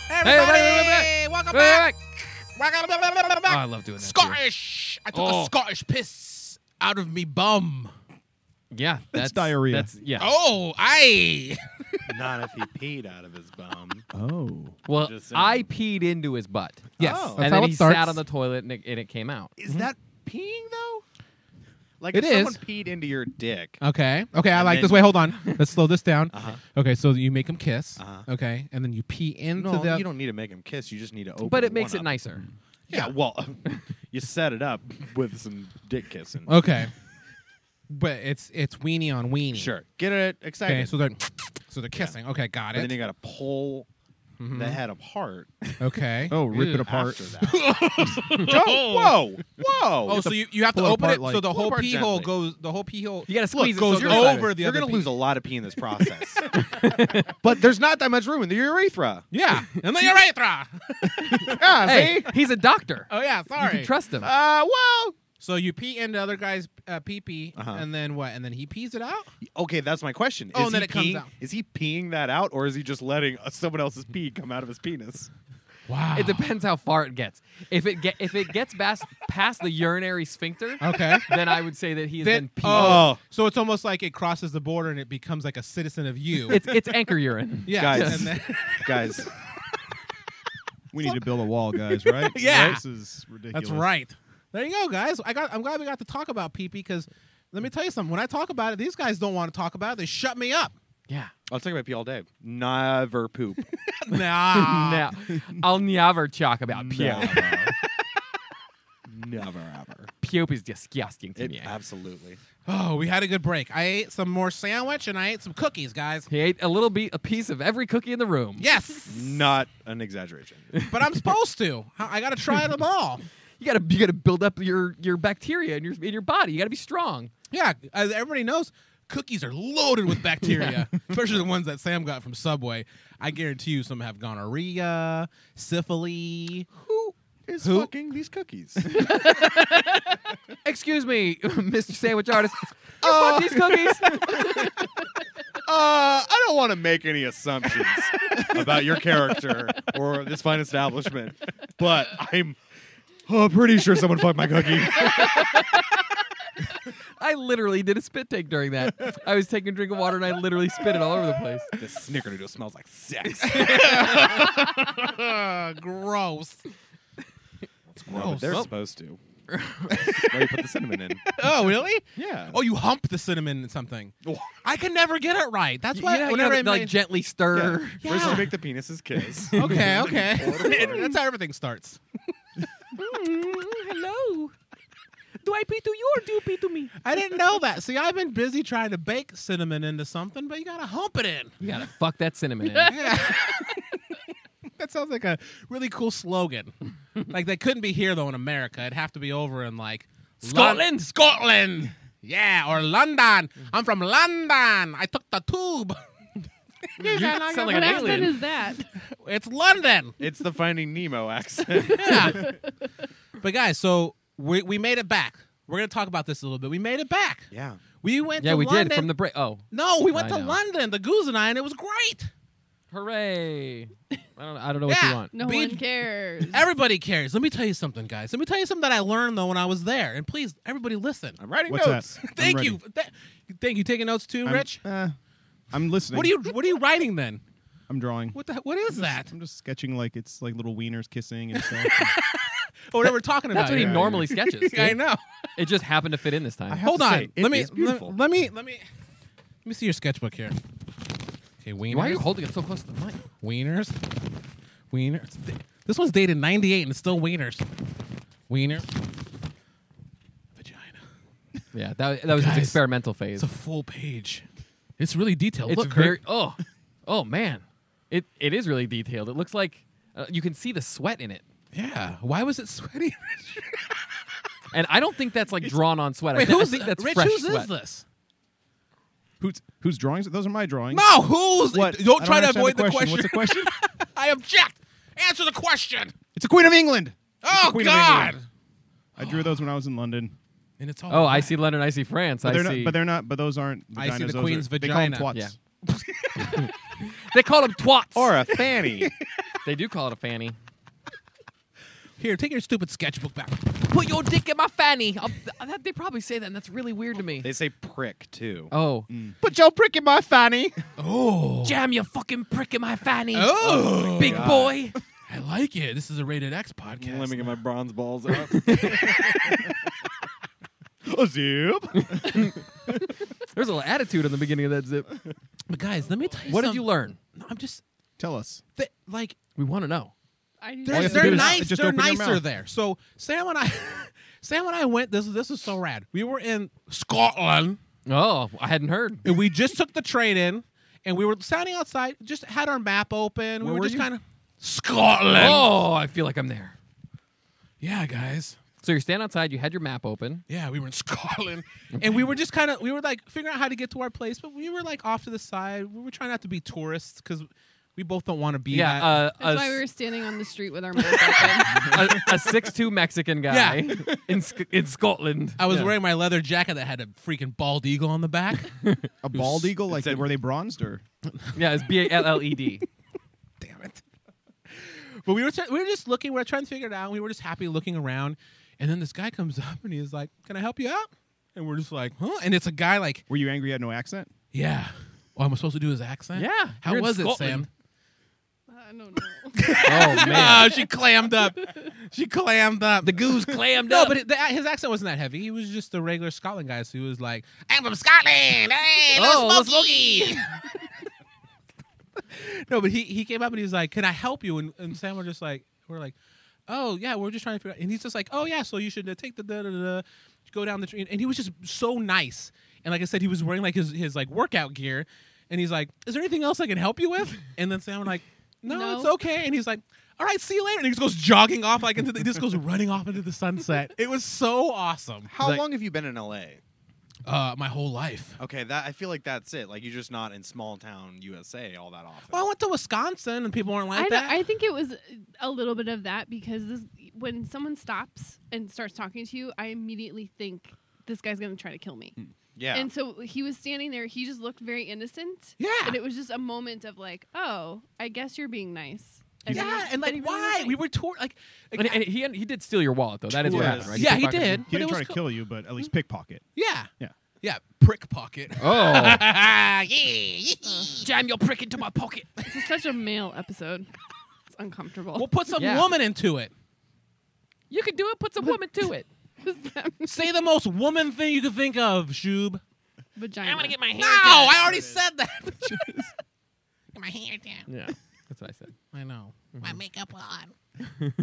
Hey, wait, wait, wait, welcome Wait, wait, wait. Welcome Oh, I love doing that. too. Scottish. I took Oh. a Scottish piss out of me bum. Yeah, that's, diarrhea. That's yeah. Oh, I. Not if he peed out of his bum. Oh. well, just saying. I peed into his butt, Yes, Oh. that's and how then it he starts. sat on the toilet, and it, and it came out. Is that peeing though? Like It if someone is. Uh, peed into your dick. Okay. Okay. I And like then- this. Wait, hold on. Let's slow this down. Uh-huh. Okay. So you make them kiss. Uh-huh. Okay. And then you pee into No, the. you don't need to make him kiss. You just need to open. But it makes one it up. nicer. Yeah. Well, you set it up with some dick kissing. Okay. but it's it's weenie on weenie. Sure. Get it excited. Okay. So they're so they're kissing. Okay. Got and then you it. got to pull the head apart. Okay. Oh, rip it apart. After that. Don't- whoa. Whoa. Oh, so you, you have to pull it open apart it like- so the Pull it whole apart pee hole gently. goes. The whole pee hole. You gotta squeeze it so goes it goes over inside. the You're other. gonna pee- lose a lot of pee in this process. but there's not that much room in the urethra. Yeah. And the urethra. Yeah. eh? Hey, See. he's a doctor. Oh yeah. You Sorry. can trust him. Uh, well, so you pee into other guy's uh, pee pee, Uh-huh. and then what? And then he pees it out. okay, that's my question. Is Oh, and then he it comes peeing- out. Is he peeing that out, or is he just letting uh, someone else's pee come out of his penis? Wow. It depends how far it gets. If it get if it gets past past the urinary sphincter, Okay. then I would say that he has Then- been peeing. oh, so it's almost like it crosses the border and it becomes like a citizen of you. It's it's anchor urine. yeah, Guys. and then- Guys, We need to build a wall, guys, right? Yeah. This is ridiculous. that's right. There you go, guys. I got. I'm glad we got to talk about pee because let me tell you something. When I talk about it, these guys don't want to talk about it. They shut me up. Yeah. I'll talk about pee all day. Never poop. Nah. Now I'll never talk about puke. Never. Never ever. Puke is disgusting to It- me. absolutely. Oh, we had a good break. I ate some more sandwich and I ate some cookies, guys. He ate a little be- a piece of every cookie in the room. Yes, Not an exaggeration. but I'm supposed to. I I got to try them all. You gotta you gotta build up your your bacteria in your in your body. You gotta be strong. Yeah, as everybody knows, cookies are loaded with bacteria, especially the ones that Sam got from Subway. I guarantee you, some have gonorrhea, syphilis. Who is fucking these cookies? Excuse me, Mr. Sandwich Artist. You fuck these cookies. uh, I don't want to make any assumptions about your character or this fine establishment, but I'm oh, pretty sure someone fucked my cookie. I literally did a spit take during that. I was taking a drink of water and I literally spit it all over the place. this snickerdoodle smells like sex. Uh, gross. It's No, but gross. they're supposed to. Why you put the cinnamon in? oh, really? Yeah. Oh, you hump the cinnamon in something. I can never get it right. That's You why know, you know, whenever the- I the, like made- gently stir. Yeah. First, you make the penises kiss. okay, okay. apart. That's how everything starts. Mm, hello. Do I pee to you or do you pee to me? I didn't know that. See, I've been busy trying to bake cinnamon into something, but you gotta hump it in. You gotta fuck that cinnamon in. Yeah. that sounds like a really cool slogan. like they couldn't be here though in America. It'd have to be over in like Lon- Scotland? Scotland. Yeah, or London. I'm from London. I took the tube. sound like what an accent alien. is that? it's London. It's the Finding Nemo accent. Yeah. but guys, so we we made it back. We're gonna talk about this a little bit. We made it back. yeah. We went Yeah, to we London. did from the break. Oh, No, we went I to know. London, the Goose and I, and it was great. hooray! I don't, I don't know what Yeah. you want. No Be- one cares. Everybody cares. Let me tell you something, guys. Let me tell you something that I learned though when I was there. And please, everybody, listen. I'm writing What's notes. that? I'm Thank ready. you. Th- thank you. Taking notes too, I'm, Rich. eh, I'm listening. What are you What are you writing then? I'm drawing. What the, What is that? I'm just sketching like it's like little wieners kissing and stuff. Or whatever Oh, we're talking about. That's what he yeah, here. normally sketches. I dude. know. It just happened to fit in this time. I have Hold to on. say, it let me is let, beautiful. let me let me let me see your sketchbook here. Okay, wieners. Why are you holding it so close to the mic? wieners? Wieners. This one's dated '98 and it's still wieners. Wiener. Vagina. Yeah, that, that was his Guys, experimental phase. It's a full page. It's really detailed. It's Look, Kurt. very oh, oh man, it it is really detailed. It looks like uh, you can see the sweat in it, Yeah. Why was it sweaty? and I don't think that's like drawn on sweat. I, Wait, thi- I who's think that's Rich? fresh who's sweat. is this? Who's whose drawings? Those are my drawings. No, who's? What? I Don't try to understand avoid the question. What's the question? I object. Answer the question. it's a Queen of England. Oh Queen of God! England. I drew those when I was in London. And it's all. Oh, I see London. I see France. But I they're see. not. But they're not. But those aren't. I see vaginas, the those queen's are, They call 'em vagina. twats. Yeah. they call them twats. Or a fanny. they do call it a fanny. Here, take your stupid sketchbook back. Put your dick in my fanny. I'll- that- they probably say that, and that's really weird to me. they say prick too. Oh, Put your prick in my fanny. Oh. jam your fucking prick in my fanny, Oh. big God. boy. I like it. This is a rated X podcast. Let me get my bronze balls out. zip. There's a little attitude in the beginning of that zip. but guys, let me tell you. What did some- you learn? No, I'm just Tell us. th- like We want to know. I didn't they're, Oh, know. you have to they're do is nice. just they're open your nicer mouth. there. So Sam and I, Sam and I went. This this is so rad. We were in Scotland. Oh, I hadn't heard. and we just took the train in, and we were standing outside. Just had our map open. we Where were, were just you? kind of Scotland. Oh, I feel like I'm there. Yeah, guys. So you're standing outside. You had your map open. Yeah, we were in Scotland, and we were just kind of we were like figuring out how to get to our place, but we were like off to the side. We were trying not to be tourists because we both don't want to be. Yeah, that. uh, That's a, why we were standing on the street with our mouths open. a, a six-two Mexican guy Yeah. in Sc- in Scotland. I was Yeah. wearing my leather jacket that had a freaking bald eagle on the back. A bald eagle? Like were they bronzed or? Yeah, it's B A L L E D. Damn it! But we were try- we were just looking. We were trying to figure it out. and We were just happy looking around, and then this guy comes up and he's like, "Can I help you out?" And we're just like, "Huh?" And it's a guy like Were you angry? You had no accent. Yeah. Oh, am I supposed to do his accent? Yeah, How you're in was it, Scotland. Sam? I don't know. Oh man, Oh, she clammed up. She clammed up. the goose clammed no, up. but it, the, his accent wasn't that heavy. He was just a regular Scotland guy. So he was like, "I'm from Scotland. Hey, Oh, no no smoky." no, but he he came up and he was like, "Can I help you?" And, and Sam were just like, "We're like, oh yeah, we're just trying to figure." out. And he's just like, "Oh yeah, so you should uh, take the da da da, go down the tree." And he was just so nice. And like I said, he was wearing like his his like workout gear, and he's like, "Is there anything else I can help you with?" And then Sam were like, "No, No. it's okay." And he's like. All right, see you later. And he just goes jogging off like into the, he just goes running off into the sunset. It was so awesome. How Like- long have you been in LA? Uh, my whole life. Okay, that I feel like that's it. Like you're just not in small town USA all that often. Well, I went to Wisconsin and people weren't like I, don't- that. I think it was a little bit of that because this, when someone stops and starts talking to you, I immediately think this guy's going to try to kill me. yeah. And so he was standing there. He just looked very innocent. Yeah. And it was just a moment of like, oh, I guess you're being nice. he yeah, was- and but like he really why? was We nice. were tour like, like, and, and he he did steal your wallet though. That is what Yes. happened, right? yeah, he pickpocketed did. He but it was didn't Hmm. try to cool. kill you, but at least pickpocket. Yeah. Yeah. Yeah, prick pocket. you. Oh, Ah, yeah. Jam your prick into my pocket. This is such a male episode. It's uncomfortable. We'll put some Yeah. woman into it. you could do it. Put some woman to it. Say the most woman thing you could think of, Shub. Vagina. I'm gonna get my. No, I already said that. Get my hair down. Yeah, that's what I said. I know. My makeup on. I'm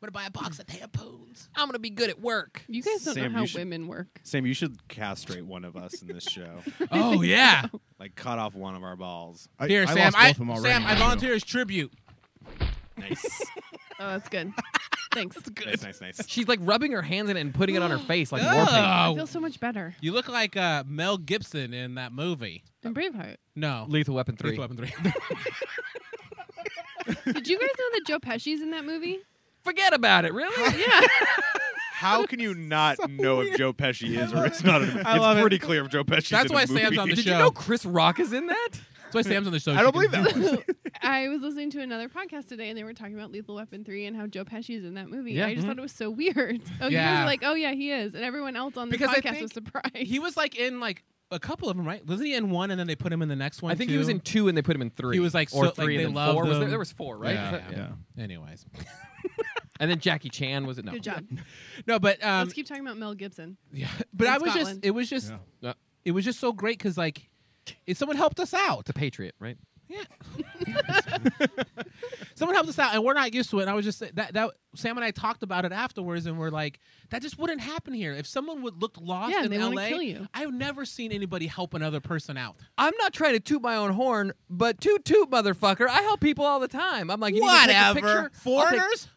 gonna buy a box of tampons. I'm gonna be good at work. You guys don't Sam, you know how should- women work. Sam, you should castrate one of us in this show. Oh yeah. like cut off one of our balls. I, Here, I Sam. Lost I, both of them already, Sam, I so- volunteer as tribute. Nice. Oh, that's good. Thanks. That's good. nice, nice, nice. She's like rubbing her hands in it and putting it on her face like war paint. I Oh, feel so much better. you look like uh, Mel Gibson in that movie. And Braveheart. No, Lethal Weapon three. Lethal Weapon three. Did you guys know that Joe Pesci's in that movie? Forget about it. Really? Yeah. How can you not know if Joe Pesci is or it's not? In, I love it's it. pretty clear if Joe Pesci. That's in why a movie. Sam's on the Did show. you know Chris Rock is in that? That's why Sam's on the show. I don't She believe can- that. I was listening to another podcast today, and they were talking about Lethal Weapon three and how Joe Pesci is in that movie. Yeah. I just Mhm. thought it was so weird. Oh, you guys Yeah. are like, oh yeah, he is, and everyone else on the Because I podcast think was surprised. He was like in like a couple of them, right? Wasn't he in one and then they put him in the next one? I think he was too? in two and they put him in three. He was like, or so- three like, they and then love four. Was there, them. there was four, right? Yeah, Is that- yeah. Yeah. Anyways, And then Jackie Chan was it? No. Good job. no, but um, Let's keep talking about Mel Gibson. yeah, but in I was just, Scotland. it was just, Yeah. Uh, it was just so great because like, it, someone helped us out. The Patriot, right? Someone helped us out, and we're not used to it. And I was just that that Sam and I talked about it afterwards, and we're like, that just wouldn't happen here. If someone would look lost Yeah, and in they wanna L.A., kill you. I've never seen anybody help another person out. I'm not trying to toot my own horn, but toot toot, motherfucker! I help people all the time. I'm like, you need to take a picture? I'll take- foreigners.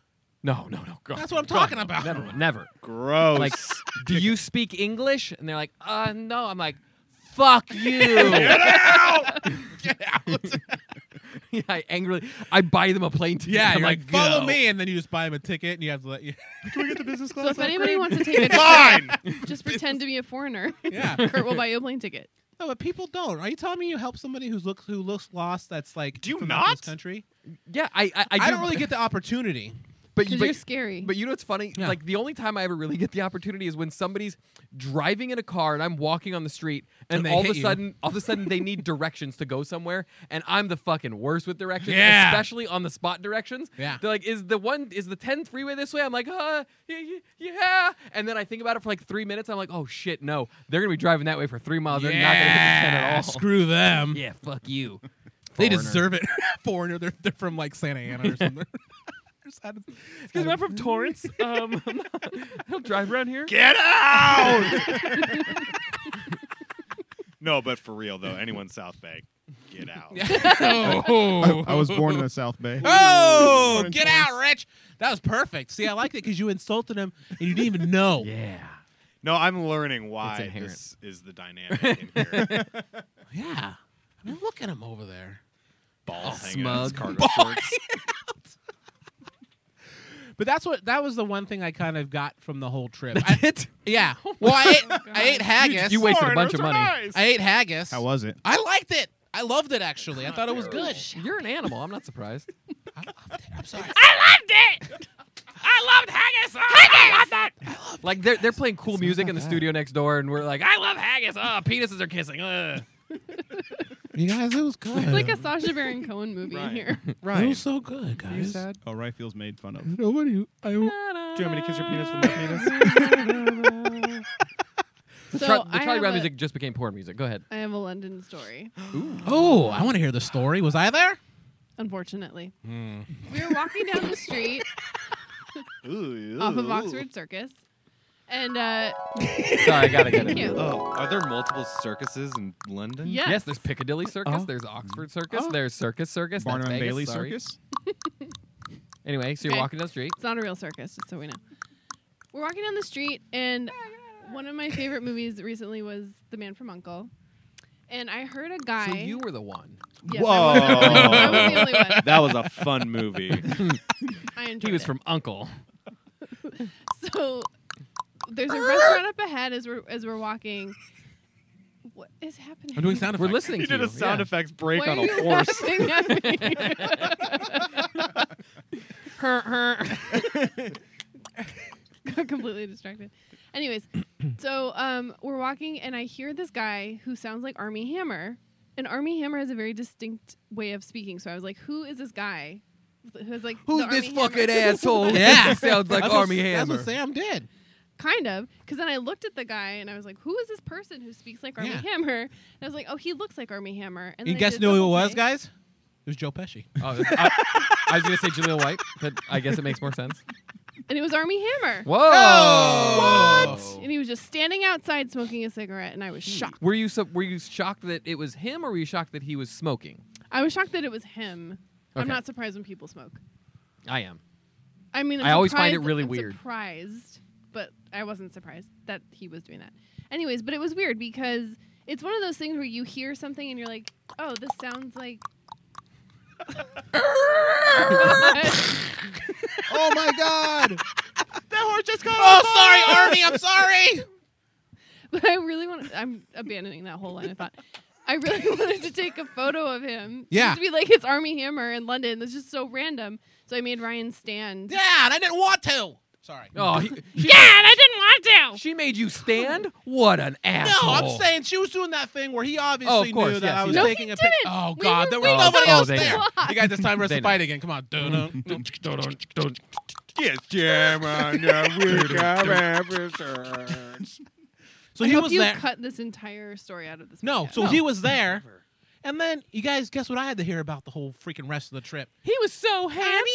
No, no, no. God, That's what I'm God, talking no, about. Never, never. Gross. Like, do you speak English? And they're like, uh, no. I'm like, fuck you. Get out! yeah, I angrily, I buy them a plane ticket. Yeah, I'm you're like, like, follow "Go." me, and then you just buy him a ticket, and you have to let you. Can we get the business class? So if anybody upgrade? wants to take a Fine. just pretend to be a foreigner. Yeah. Kurt will buy you a plane ticket. No, but people don't. Are you telling me you help somebody who's looks who looks lost? That's like Do you from not? this country? Yeah, I, I, I, I, do, don't really get the opportunity. But Because but- you're scary. But you know what's funny? Yeah. Like the only time I ever really get the opportunity is when somebody's driving in a car and I'm walking on the street and, And they all of a hit you. sudden all of a sudden they need directions to go somewhere and I'm the fucking worst with directions, Yeah. especially on the spot directions. Yeah. They're like, is the one is the 10 freeway this way? I'm like, uh yeah, yeah, yeah. And then I think about it for like three minutes, I'm like, oh shit, no. They're gonna be driving that way for three miles. Oh, They're not gonna hit the 10 at all. Screw them. Yeah, fuck you. They foreigner. deserve it. Foreigner, they're, they're from like Santa Ana or something. Just had to- Because I'm from Torrance. Um, he'll drive around here. Get Oh, out! no, but for real though, anyone South Bay, get out. I, I was born in the South Bay. oh, get out, Rich. That was perfect. See, I liked it because you insulted him and you didn't even know. Yeah. No, I'm learning why inherent. this is the dynamic in here. Yeah. I mean, look at him over there. Balls hanging out of his smug. cargo shorts. But that's what that was the one thing I kind of got from the whole trip. I, Yeah. Well, I ate, I ate haggis. You wasted a bunch of money. I ate haggis. How was it? I liked it. I loved it actually. I thought it was good. You're an animal. I'm not surprised. I'm sorry. Like they're they're playing cool music in the studio next door, and we're like, I love haggis. Oh, penises are kissing. Ugh. You guys, it was good. It's like a Sasha Baron Cohen movie in here. It was so good, guys. Oh, Rye feels made fun of. Nobody. I don't. Do you want me to kiss your penis with my penis? So Tra- the I, Charlie have Brown a, music just became porn music. Go ahead. I have a London story, Oh, I want to hear the story. Was I there? unfortunately. We were walking down the street Ooh, off of ooh. Oxford Circus, and uh, Sorry, I gotta get thank it. you. Oh, are there multiple circuses in London? Yes. Yes, there's Piccadilly Circus. There's Oxford Circus. Oh. There's Circus Circus. that's Barnum and Vegas, Bailey sorry. Circus? Anyway, so you're Okay. walking down the street. It's not a real circus, just so we know. We're walking down the street, and one of my favorite movies recently was The Man from Uncle. And I heard a guy. So you were the one. Yes, I was the only one. I was the only one. That was a fun movie. I enjoyed He was it. from Uncle. So there's a restaurant up ahead as we're as we're walking. What is happening? I'm doing sound We're effects. listening he to did you. a sound yeah. effects break Why on are a you horse. laughing at me? Got completely distracted. Anyways, so um, we're walking and I hear this guy who sounds like Army Hammer. And Army Hammer has a very distinct way of speaking. So I was like, who is this guy? Who has like Who's the this Armie fucking Hammer? asshole? Yeah. sounds like That's what- Army That's Hammer. what Sam did. Kind of, because then I looked at the guy and I was like, "Who is this person who speaks like Army Yeah. Hammer?" And I was like, "Oh, he looks like Army Hammer." And You then I guys did know who the it whole was, thing. guys? It was Joe Pesci. Oh, I, I was gonna say Jaleel White, but I guess it makes more sense. And it was Army Hammer. Whoa! And he was just standing outside smoking a cigarette, and I was shocked. Were you so, were you shocked that it was him, or were you shocked that he was smoking? I was shocked that it was him. I'm Okay. not surprised when people smoke. I am. I mean, I'm I always find it surprised- really I'm weird. Surprised, but I wasn't surprised that he was doing that. Anyways, but it was weird because it's one of those things where you hear something and you're like, "Oh, this sounds like." oh my God! Oh, sorry, Army. I'm sorry. But I really want. I'm abandoning that whole line of thought. I really wanted to take a photo of him. Yeah. Just to be like, it's Army Hammer in London. That's just so random. So I made Ryan stand. Yeah, and I didn't want to. Sorry. Oh, he, she, and I didn't want to. she made you stand. What an No, asshole! I'm saying she was doing that thing where he Oh, of obviously course, knew yes, that I he was no, he taking a didn't. picture. Oh We God, were there Mm-hmm. were waiting nobody for else him to there. walk. You guys, it's time for us They to know. fight again. Come on. Dun-dun. Yes, jam on your week of episodes. So I he hope was you there. cut this entire story out of this. No, podcast. so he was there. And then you guys, guess what I had to hear about the whole freaking rest of the trip? he was so handsome.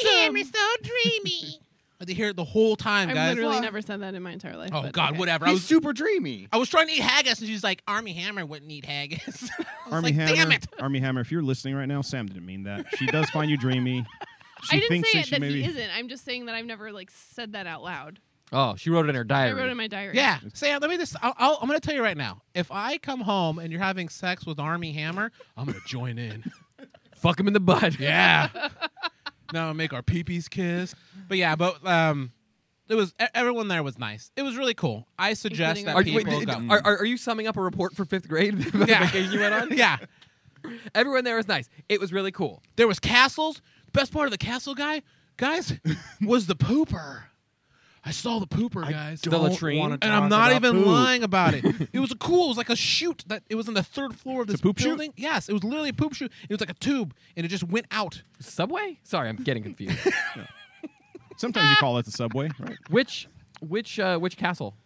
so dreamy. I had to hear it the whole time, I've guys. literally never said that in my entire life. oh but God, okay. whatever. I He's was super dreamy. I was trying to eat haggis, and she's like, "Army Hammer wouldn't eat haggis." I was Army like, Hammer. "Damn it!" Army Hammer, if you're listening right now, Sam didn't mean that. She does find you dreamy. She I didn't thinks say that it she that maybe he isn't. I'm just saying that I've never like said that out loud. Oh, she wrote it in her diary. I wrote in my diary. yeah. Sam, let me just. I'll, I'll, I'm going to tell you right now. If I come home and you're having sex with Army Hammer, I'm going to join in. Fuck him in the butt. Yeah. now make our peepees kiss. But yeah, but um, it was e- everyone there was nice. It was really cool. I suggest Including that our- Are, you- wait, people d- go. d- are, are, are you summing up a report for fifth grade? about the Yeah. vacation you went on? yeah, Everyone there was nice. It was really cool. there was castles. Best part of the castle guy, guys, was the pooper. I saw the pooper, guys. The latrine. and I'm not even lying about it. It was a cool. It was like a chute that it was on the third floor of this poop chute? building. Yes, it was literally a poop chute. It was like a tube, and it just went out. Subway? Sorry, I'm getting confused. sometimes you call it the subway, right? which which uh, which castle?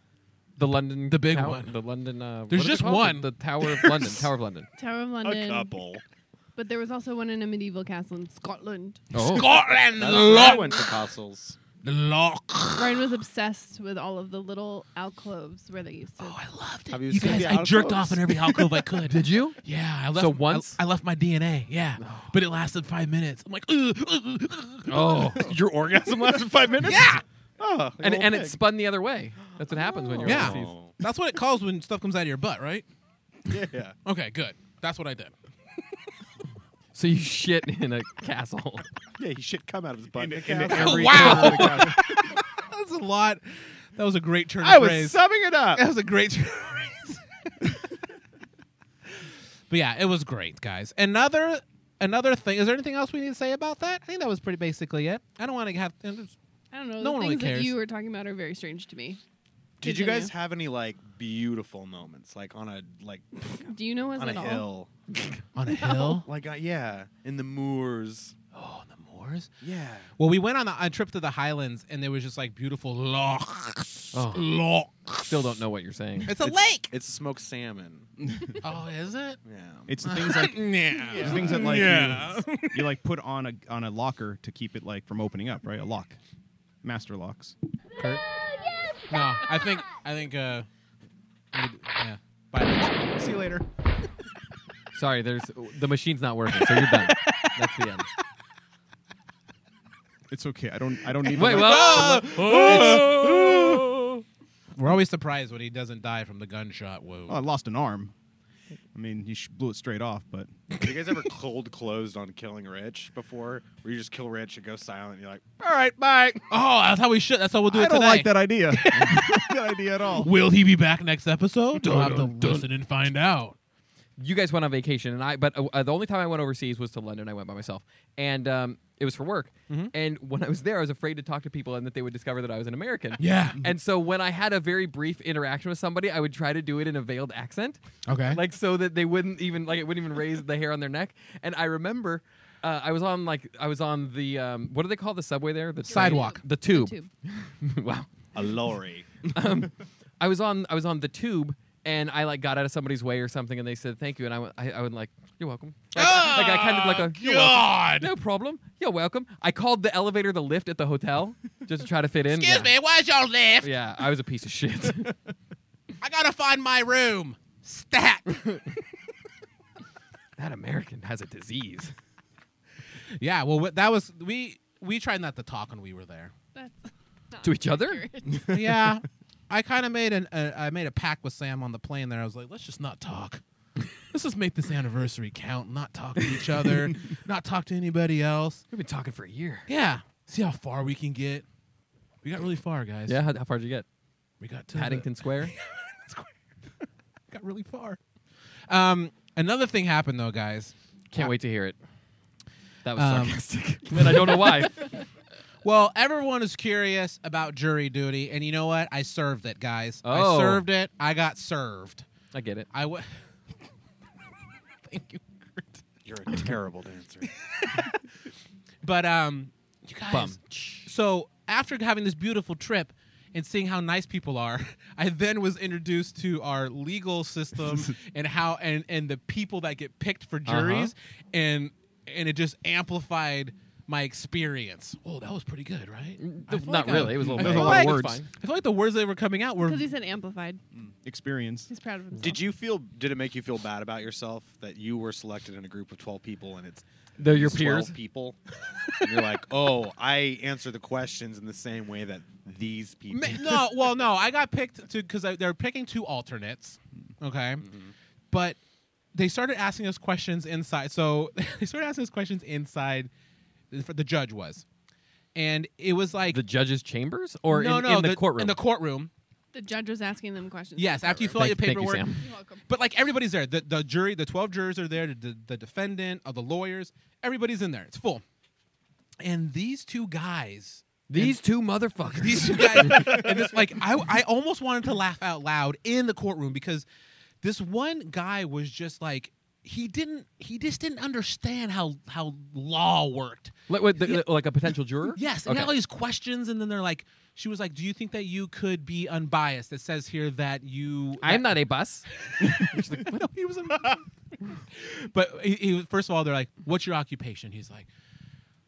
The London, The big tower- one. the London. Uh, There's what are they just called? one. The, the Tower of London, Tower of London. Tower of London. But there was also one in a medieval castle in Scotland. Oh, Scotland, That's where I went to castles. the lock. Ryan was obsessed with all of the little alcoves where they used to. I loved Have you You seen guys, the I jerked alcoves? off in every alcove I could. did you? Yeah, I left. So once- I, I left my DNA. Yeah, but it lasted five minutes. I'm like, "Ugh, ugh, ugh, ugh." Oh, Your orgasm lasted five minutes. Yeah. Oh, like and a and little it spun the other way. That's what happens when you're Yeah. overseas. that's what it calls when stuff comes out of your butt, right? pig. Oh. Yeah. Okay, good. That's what I did. So you shit in a castle. Yeah, he should come out of his butt. Into- The into castle. every Wow. corner of the castle. That's a lot. That was a great turn of I was phrase. summing it up. that was a great turn. of phrase. but yeah, it was great, guys. Another another thing. Is there anything else we need to say about that? I think that was pretty basically it. I don't want to have. I don't know. No the one really things that cares. you were talking about are very strange to me. Did you guys Continue. have any like beautiful moments, like on a like Do you know us on a at all? hill, On a hill. like uh, yeah, in the moors? Oh, on the moors. Yeah. Well, we went on a, a trip to the highlands, and there was just like beautiful lochs. Oh. Lochs. Still don't know what you're saying. It's a It's- lake. It's smoked salmon. Oh, is it? Yeah. It's the things like yeah. it's the things that like Yeah. you, you like put on a on a locker to keep it like from opening up, right? A lock, master locks. Kurt? No, I think I think. uh maybe- Yeah. Bye. See you later. Sorry, there's the machine's not working, so you're done. That's the end. It's okay. I don't I don't need. to, Wait, like- well, We're always surprised when he doesn't die from the gunshot wound. Oh, I lost an arm. I mean, you sh- blew it straight off, but Have you guys ever cold closed on killing Rich before, where you just kill Rich and go silent? and You're like, All right, bye. Oh, that's how we should. That's how we'll do it I don't today. like that idea. Good idea at all. Will he be back next episode? We'll have to Dun-dun-dun. listen and find out. you guys went on vacation, and I. But uh, uh, the only time I went overseas was to London. I went by myself, and um, it was for work. And when I was there, I was afraid to talk to people, and that they would discover that I was an American. Yeah. And so when I had a very brief interaction with somebody, I would try to do it in a veiled accent. Okay. Like so that they wouldn't even like it wouldn't even raise the hair on their neck. And I remember uh, I was on like I was on the um, what do they call the subway there? The train? Sidewalk. The tube. Tube. wow. a lorry. I was on I was on the tube and I like got out of somebody's way or something and they said thank you and I went I, I would like you're welcome like, like I kind of like a "You're welcome." Oh, God. no problem you're welcome I called the elevator the lift at the hotel just to try to fit in Excuse me, yeah. where's your lift? yeah I was a piece of shit I gotta find my room. Stat. that American has a disease yeah. Well, wh- that was we. We tried not to talk when we were there. That's not To each other? accurate. yeah. I kind of made an uh, I made a pact with Sam on the plane there. I was like, let's just not talk. Let's just make this anniversary count. Not talk to each other. not talk to anybody else. we've been talking for a year Yeah. See how far we can get. We got really far, guys. yeah how, how far did you get We got to the- Paddington Square got really far. Um, Another thing happened though, guys. Can't wait to hear it. That was Um, sarcastic. and I don't know why. Well, everyone is curious about jury duty, and you know what? I served it, guys. I Oh. served it. I got served. I get it. I w- Thank you. You're a terrible dancer. But um, you guys. Bum. So after having this beautiful trip and seeing how nice people are, I then was introduced to our legal system and how and and the people that get picked for juries, and and it just amplified my experience. Well, that was pretty good, right? I feel Mm, Not like I- really. It was a little I There's feel a vague. lot like- of words. Fine. I feel like the words that were coming out were Because he said amplified. Experience. He's proud of himself. Did you feel? Did it make you feel bad about yourself that you were selected in a group of twelve people and it's They're your these peers. 12 people. and you're like, oh, I answer the questions in the same way that these people. Ma- no, well, no. I got picked to because they're picking two alternates. Okay, Mm-hmm. but they started asking us questions inside. So they started asking us questions inside. The the judge was, and it was like The judge's chambers or no, in, no, in the, courtroom? In the courtroom, The judge was asking them questions. yes. After you fill out your Thank- thank you, paperwork, Sam. You're welcome. but like everybody's there. The the jury, the twelve jurors are there. The the defendant, uh, the lawyers, everybody's in there. It's full. And these two guys These two motherfuckers. these two guys and it's like I, I almost wanted to laugh out loud in the courtroom because this one guy was just like he didn't he just didn't understand how how law worked like, what, the- the- like a potential juror? yes and Okay. they had all these questions and then they're like she was like do you think that you could be unbiased it says here that you I'm not a bus. he was a- but he, he was- first of all they're like what's your occupation he's like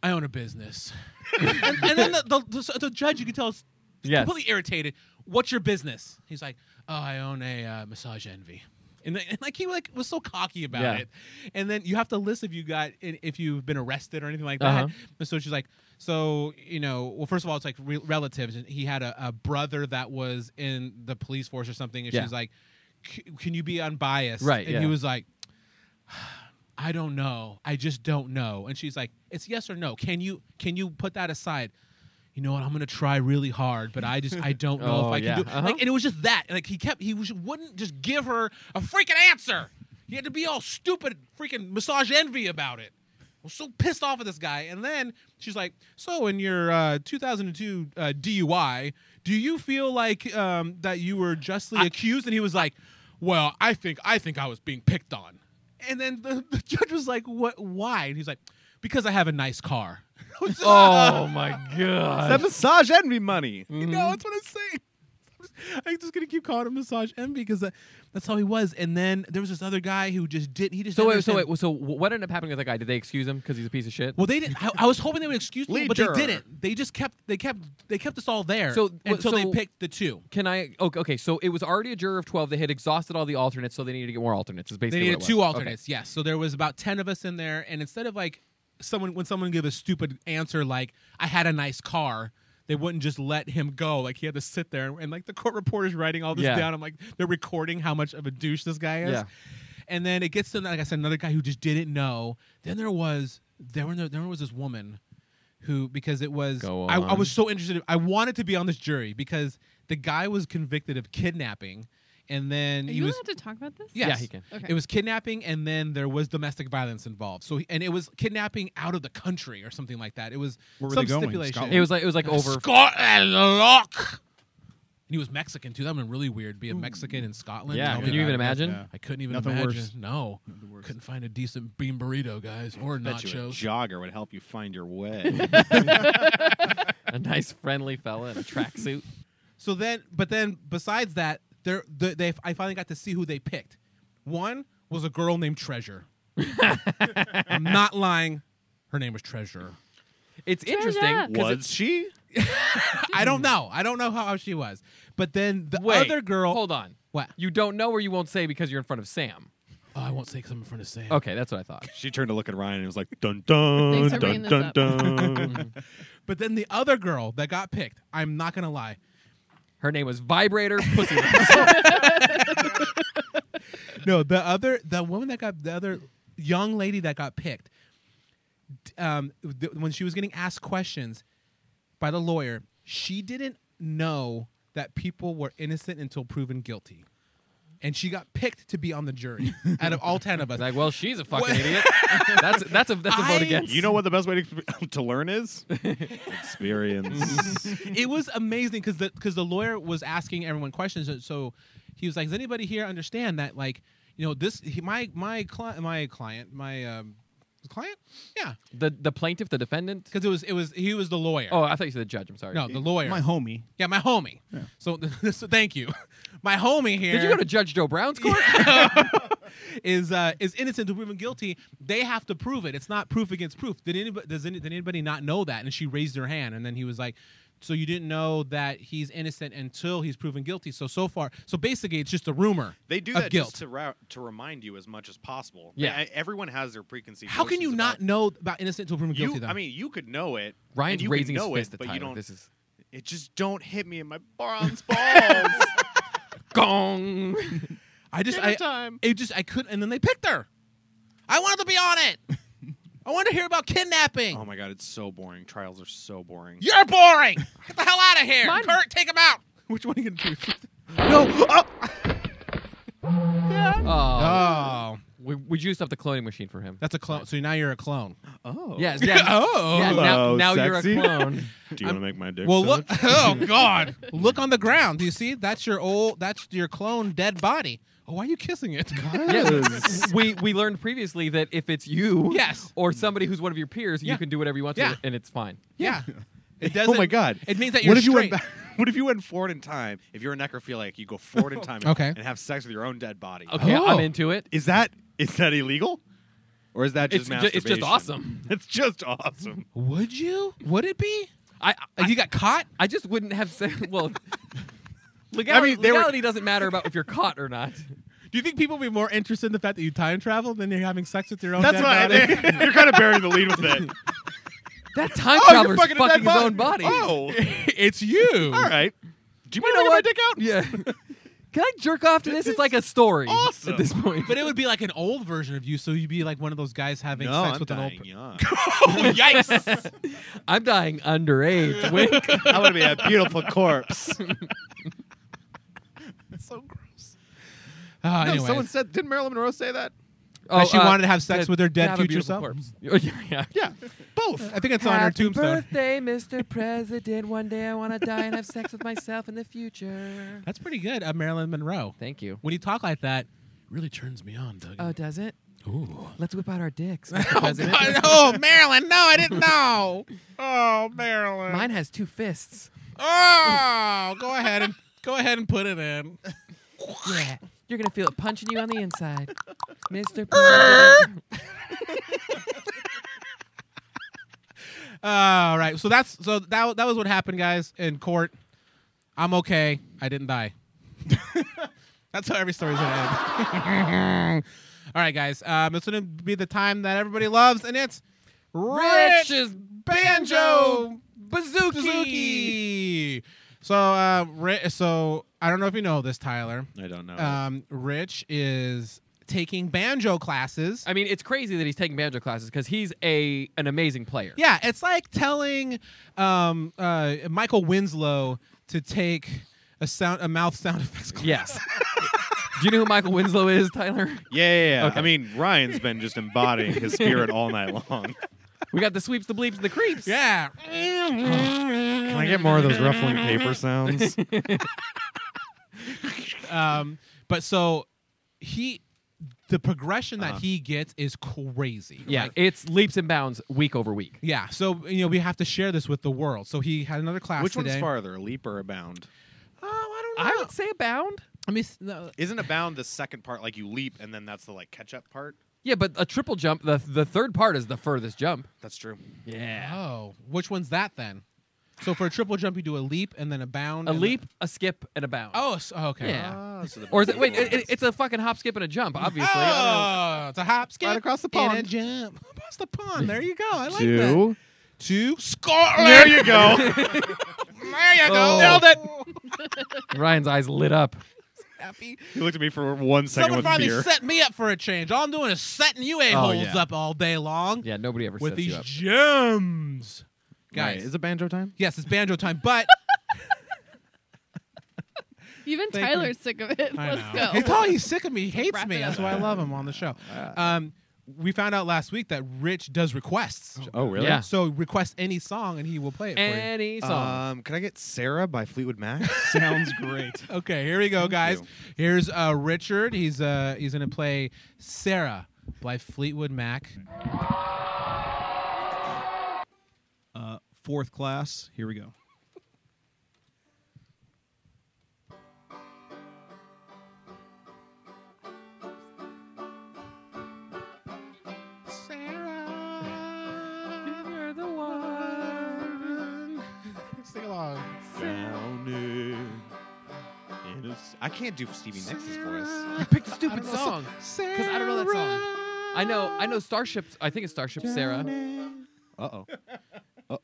i own a business and, and then the, the, the, the judge you can tell is Yes. completely irritated what's your business he's like oh i own a uh, massage envy and, then- and like he like was so cocky about Yeah. it and then you have to list if you got if you've been arrested or anything like that Uh-huh. and so she's like so you know well first of all it's like re- relatives and he had a, a brother that was in the police force or something and Yeah. she's like "C- can you be unbiased Right, and yeah. he was like I don't know. I just don't know. And she's like, "It's yes or no. Can you can you put that aside?" You know what? I'm gonna try really hard, but I just I don't know Oh, if I can yeah. do it. Uh-huh. Like, and it was just that. Like he kept he was, wouldn't just give her a freaking answer. He had to be all stupid, freaking massage envy about it. I was so pissed off at this guy. And then she's like, "So in your uh, 2002 uh, DUI, do you feel like um, that you were justly accused?" And he was like, "Well, I think I think I was being picked on." And then the, the judge was like, "What? Why?" And he's like, "Because I have a nice car." I was just like, Oh my god. that massage envy money. Mm, Mm-hmm. no, that's what I'm saying. I'm just gonna keep calling him Massage Envy because that, that's how he was. And then there was this other guy who just did. He just So didn't wait, so understand. wait, so what ended up happening with that guy? Did they excuse him because he's a piece of shit? Well, they didn't. I, I was hoping they would excuse me, Lead but juror. they didn't. They just kept. They kept. They kept us all there So, wh- until they so- picked the two. Can I? Okay, okay, so it was already a juror of twelve. They had exhausted all the alternates, so they needed to get more alternates. Is They basically needed what it two was. alternates. Yes. So there was about ten of us in there, and instead of like someone when someone gave a stupid answer like "I had a nice car." They wouldn't just let him go. Like he had to sit there, and, like the court reporter's writing all this Yeah. down. I'm like, they're recording how much of a douche this guy is. Yeah. And then it gets to like I said, another guy who just didn't know. Then there was there were no, there was this woman who because it was Go I, I on. was so interested. I wanted to be on this jury because the guy was convicted of kidnapping, and then Are he you was allowed to talk about this? Yes. Yeah, he can. Okay. It was kidnapping, and then there was domestic violence involved. So, he- and it was kidnapping out of the country or something like that. It was Where were some they going? stipulation. Scotland? It was like it was like over. Scotland lock. And he was Mexican too. That would have been really weird. Be a Mexican in Scotland. Yeah, Oh can my you God. even imagine? Yeah. I couldn't even Nothing imagine. worse. No, couldn't find a decent bean burrito, guys, or Bet you a nachos. jogger would help you find your way. A nice friendly fella in a tracksuit. So then, but then besides that, there the, they I finally got to see who they picked. One was a girl named Treasure. I'm not lying. Her name was Treasure. It's interesting. up. 'cause was she? I don't know. I don't know how, how she was. But then the it- Wait, other girl. Hold on. What? You don't know or you won't say because you're in front of Sam. Oh, I won't say because I'm in front of Sam. Okay, that's what I thought. She turned to look at Ryan and was like, dun dun Thanks for dun bringing dun this dun. But then the other girl that got picked, I'm not going to lie. Her name was Vibrator Pussy. No, the other, the woman that got, the other young lady that got picked, d- um, th- when she was getting asked questions by the lawyer, she didn't know that people were innocent until proven guilty. and she got picked to be on the jury out of all ten of us. Like, well, she's a fucking idiot. That's that's a that's a vote I- against. You know what the best way to, to learn is? Experience. it was amazing because the because the lawyer was asking everyone questions, and so he was like, "Does anybody here understand that like you know this he, my my client my client my um, client yeah the the plaintiff, the defendant. because it was it was he was the lawyer Oh, I thought you said the judge. I'm sorry. no the lawyer My homie. yeah my homie so so thank you my homie here Did you go to Judge Joe Brown's court? is uh, is innocent to proven guilty, they have to prove it. It's not proof against proof. Did anybody does any, did anybody not know that? And she raised her hand, and then he was like, "So you didn't know that he's innocent until he's proven guilty." So so far, so basically, it's just a rumor. They do of that guilt. just to ra- to remind you as much as possible. Yeah. I- everyone has their preconceived. How can you notions not about- know about innocent until proven You- guilty? Though I mean, you could know it. and Ryan's you could raising his know fist it, at but Tyler. you don't. This is It just don't hit me in my bronze balls. gong. I just Dinner I, time. it just I couldn't, and then they picked her. I wanted to be on it. I wanted to hear about kidnapping. oh my god, it's so boring. Trials are so boring. You're boring. Get the hell out of here, Mine- Kurt. Take him out. Which one are you gonna choose? No. Oh! Oh, Uh, Oh, we, we used up the cloning machine for him. that's a clone. So now you're a clone. Oh, Yes. Yeah. Oh. yeah, now Hello, now you're a sexy. clone. Do you want to make my dick Well, look. Oh God! look on the ground. Do you see? That's your old. That's your clone dead body. Oh, why are you kissing it? yeah. We we learned previously that if it's you, Yes. or somebody who's one of your peers, Yeah. you can do whatever you want to, Yeah. and it's fine. yeah. It doesn't. Oh my god. It means that you're What if you went straight. back? What if you went forward in time? If you're a necrophiliac, you go forward in time and- Okay. and have sex with your own dead body. Okay, Oh. I'm into it. Is that is that illegal? Or is that It's just ju- it's just masturbation? awesome. It's just awesome. Would you? Would it be? I Like I, you got caught? I just wouldn't have said. Well, legality, they were- legality doesn't matter about if you're caught or not. Do you think people would be more interested in the fact that you time travel than you're having sex with your own? That's why I, you're kind of burying the lead with it. That time Oh, traveler's you're fucking, fucking, a dead his body. own body. Oh, it's you. all right. Do you You know mind taking my what? dick out? Yeah. Can I jerk off to this? it's like a story awesome. at this point. But it would be like an old version of you, so you'd be like one of those guys having No, sex I'm with an old. dying per- young. Yikes! I'm dying underage. Wink. I want to be a beautiful corpse. Ah, No, uh, anyways. someone said, didn't Marilyn Monroe say that? Oh, she wanted to have sex with her dead have a future beautiful self? corpse. Oh, yeah, yeah. Yeah, both. I think it's on her tombstone. birthday, Mr. President. One day I want to die and have sex with myself in the future. That's pretty good, uh, Marilyn Monroe. Thank you. When you talk like that, really turns me on, Doug. Oh, does it? Ooh. Let's whip out our dicks, Mr. President. oh, Marilyn! No, I didn't know. Oh, Marilyn. Mine has two fists. Oh, go ahead and go ahead and put it in. Yeah. You're going to feel it punching you on the inside. Mr. President. All right. So that's so that that was what happened, guys, in court. I'm okay. I didn't die. that's how every story's gonna end. All right, guys. Um, it's gonna be the time that everybody loves, and it's Rich Rich is Banjo Bazooki. Suzuki. So, uh, Ri- so I don't know if you know this, Tyler. I don't know. Oh. Um, Rich is taking banjo classes. I mean, it's crazy that he's taking banjo classes because he's a an amazing player. Yeah, it's like telling um, uh, Michael Winslow to take a sound, a mouth sound effects class. Yes. Do you know who Michael Winslow is, Tyler? yeah, yeah, yeah. Okay. I mean, Ryan's been just embodying his spirit all night long. We got the sweeps, the bleeps, and the creeps. Yeah. Can I get more of those ruffling paper sounds? Um, but so he, the progression that he gets is crazy. Uh-huh. Yeah, Like, it's leaps and bounds week over week. yeah. So you know we have to share this with the world. So he had another class Which one's today. farther, a leap or a bound? Oh, I don't know. I would say a bound. Let me. s- No. Isn't a bound the second part, like you leap and then that's the like catch up part? Yeah, but a triple jump, the the third part is the furthest jump. That's true. Yeah. Oh, which one's that then? So for a triple jump, you do a leap and then a bound. A and leap, a skip, and a bound. oh, so, okay. Yeah. Ah, so the Or is it, wait, it, it- it's a fucking hop, skip, and a jump, obviously. I don't know. Oh, it's a hop, skip, Right across the and a pond. jump across the pond. There you go. I like that. Two. Two Scotland. there you go. There you Oh. Nailed it. Ryan's eyes lit up. Happy. He looked at me for one second Someone with finally fear. set me up for a change. All I'm doing is setting you a holes yeah. up all day long Yeah, nobody ever with sets you these up. gems, guys. it banjo time? yes, it's banjo time, but Even Thank Tyler's sick of it. I Let's know. go. Hey, Paul, he's sick of me. He hates wrap me. it That's up. why I love him on the show. Um, we found out last week that Rich does requests. Oh, really? Yeah. So request any song and he will play it Any Uh, song. Um, can I get Sarah by Fleetwood Mac? Sounds great. for you. Okay, here we go, guys. Here's uh, Richard. He's uh, he's gonna play Sarah by Fleetwood Mac. Uh, fourth class. Here we go. Sing along. I can't do Stevie Nicks' voice. You picked a stupid song. Because I don't know that song. I know. I know. Starship. I think it's Starship Sarah. Uh oh.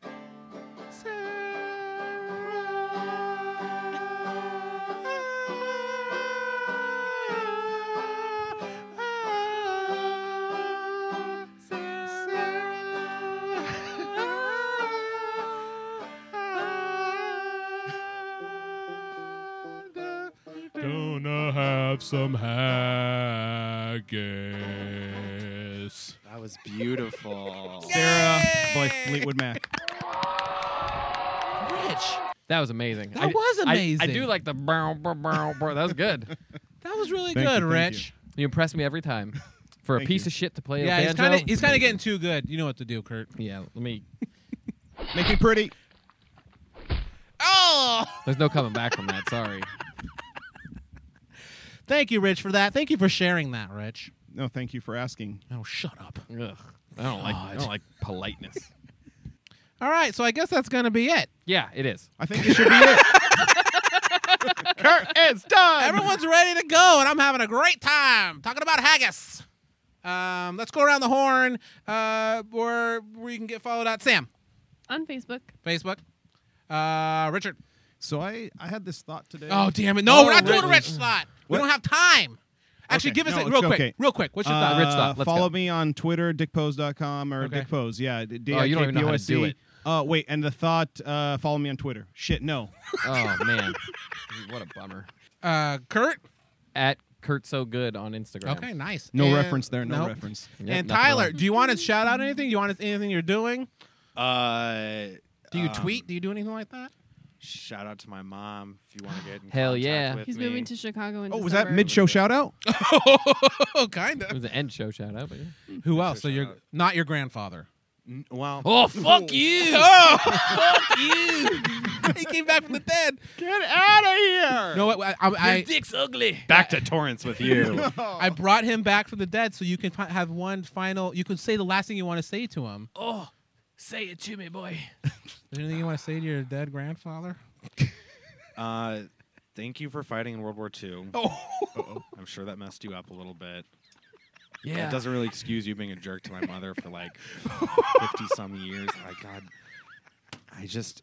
Gonna have some haggis. That was beautiful. Sarah by Fleetwood Mac. That was amazing. That I, was I- I, amazing. do like the bow, bow, bow, bow. That was good. That was really Thank you, good, thank Rich. you impress me every time. For a Thank piece you. of shit to play Yeah, a he's banjo. kind of he's kind of getting too good. You know what to do, Kurt. yeah, let me. Make me pretty. Oh! There's no coming back from that. Sorry. Thank you, Rich, for that. Thank you for sharing that, Rich. No, thank you for asking. Oh, shut up. Ugh. I don't like. I don't like politeness. All right, so I guess that's gonna be it. Yeah, it is. I think it should be it. Everyone's ready to go, and I'm having a great time talking about haggis. Um, let's go around the horn, uh, where where you can get followed at Sam, On Facebook. Facebook, uh, Richard. So I, I had this thought today. Oh damn it! No, Oh, we're not doing a Rich. Rich slot. We don't have time. Actually, Okay, give us no, it it's real quick. okay. Real quick. What's your Uh, thought? Rich thought. Let's follow go. me on Twitter, dickpose.com or Okay. dickpose. Yeah, d- D- Oh, you don't even know how to K-P-O-S-E. do it. Uh, wait, and the thought. Uh, follow me on Twitter. Shit, no. Oh man, what a bummer. Uh, Kurt. At Kurt so good on Instagram. Okay, nice. No And- reference there. No nope. reference. Yep, and nothing at all. Tyler, do you want to shout out anything? Do you want us- anything you're doing? Uh, Do you um, tweet? Do you do anything like that? Shout out to my mom if you want to get in Hell contact yeah. with He's me. moving to Chicago. In Oh, was that December. mid show shout out? Oh, kind It of. was an end show shout out. But yeah. Who else? So you're not your grandfather. Oh. N- well, Oh fuck you! he came back from the dead. get out of here! No, I, I, dick's ugly. Back to Torrance with you. I, I brought him back from the dead so you can fi- have one final. You can say the last thing you want to say to him. Oh, say it to me, boy. Is there anything you want to say to your dead grandfather? uh, thank you for fighting in World War II. Oh, I'm sure that messed you up a little bit. Yeah. It doesn't really excuse you being a jerk to my mother for like 50 some years. Like, God, I just.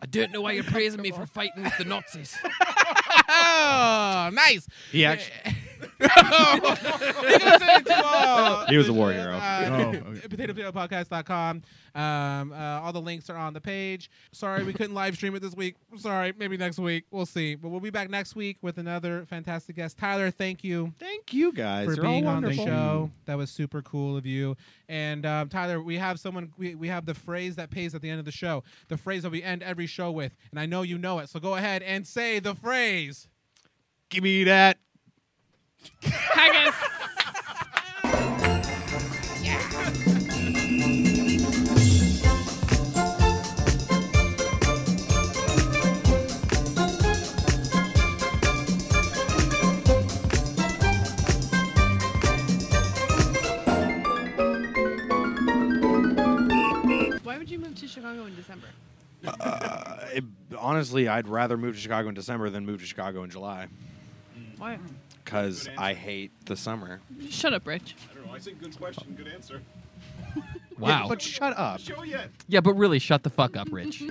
I don't know why you're praising me for fighting with the Nazis. Oh, nice. He actually. he He was a war hero. Uh, Oh, okay. PotatoPotatoPodcast.com. Um, uh, all the links are on the page. Sorry we couldn't live stream it this week. Sorry, maybe next week. We'll see. But we'll be back next week with another fantastic guest. Tyler, thank you Thank you guys. for You're all being on the wonderful. show. That was super cool of you. And um, Tyler, we have someone. We, we have the phrase that pays at the end of the show. The phrase that we end every show with. And I know you know it. So go ahead and say the phrase. Give me that. Haggis. Why would you move to Chicago in December? It- honestly, I'd rather move to Chicago in December than move to Chicago in July Why? because I hate the summer. Shut up, Rich. I said good question, good answer. Wow. But shut up. Show yet. Yeah, but really, shut the fuck up, Rich.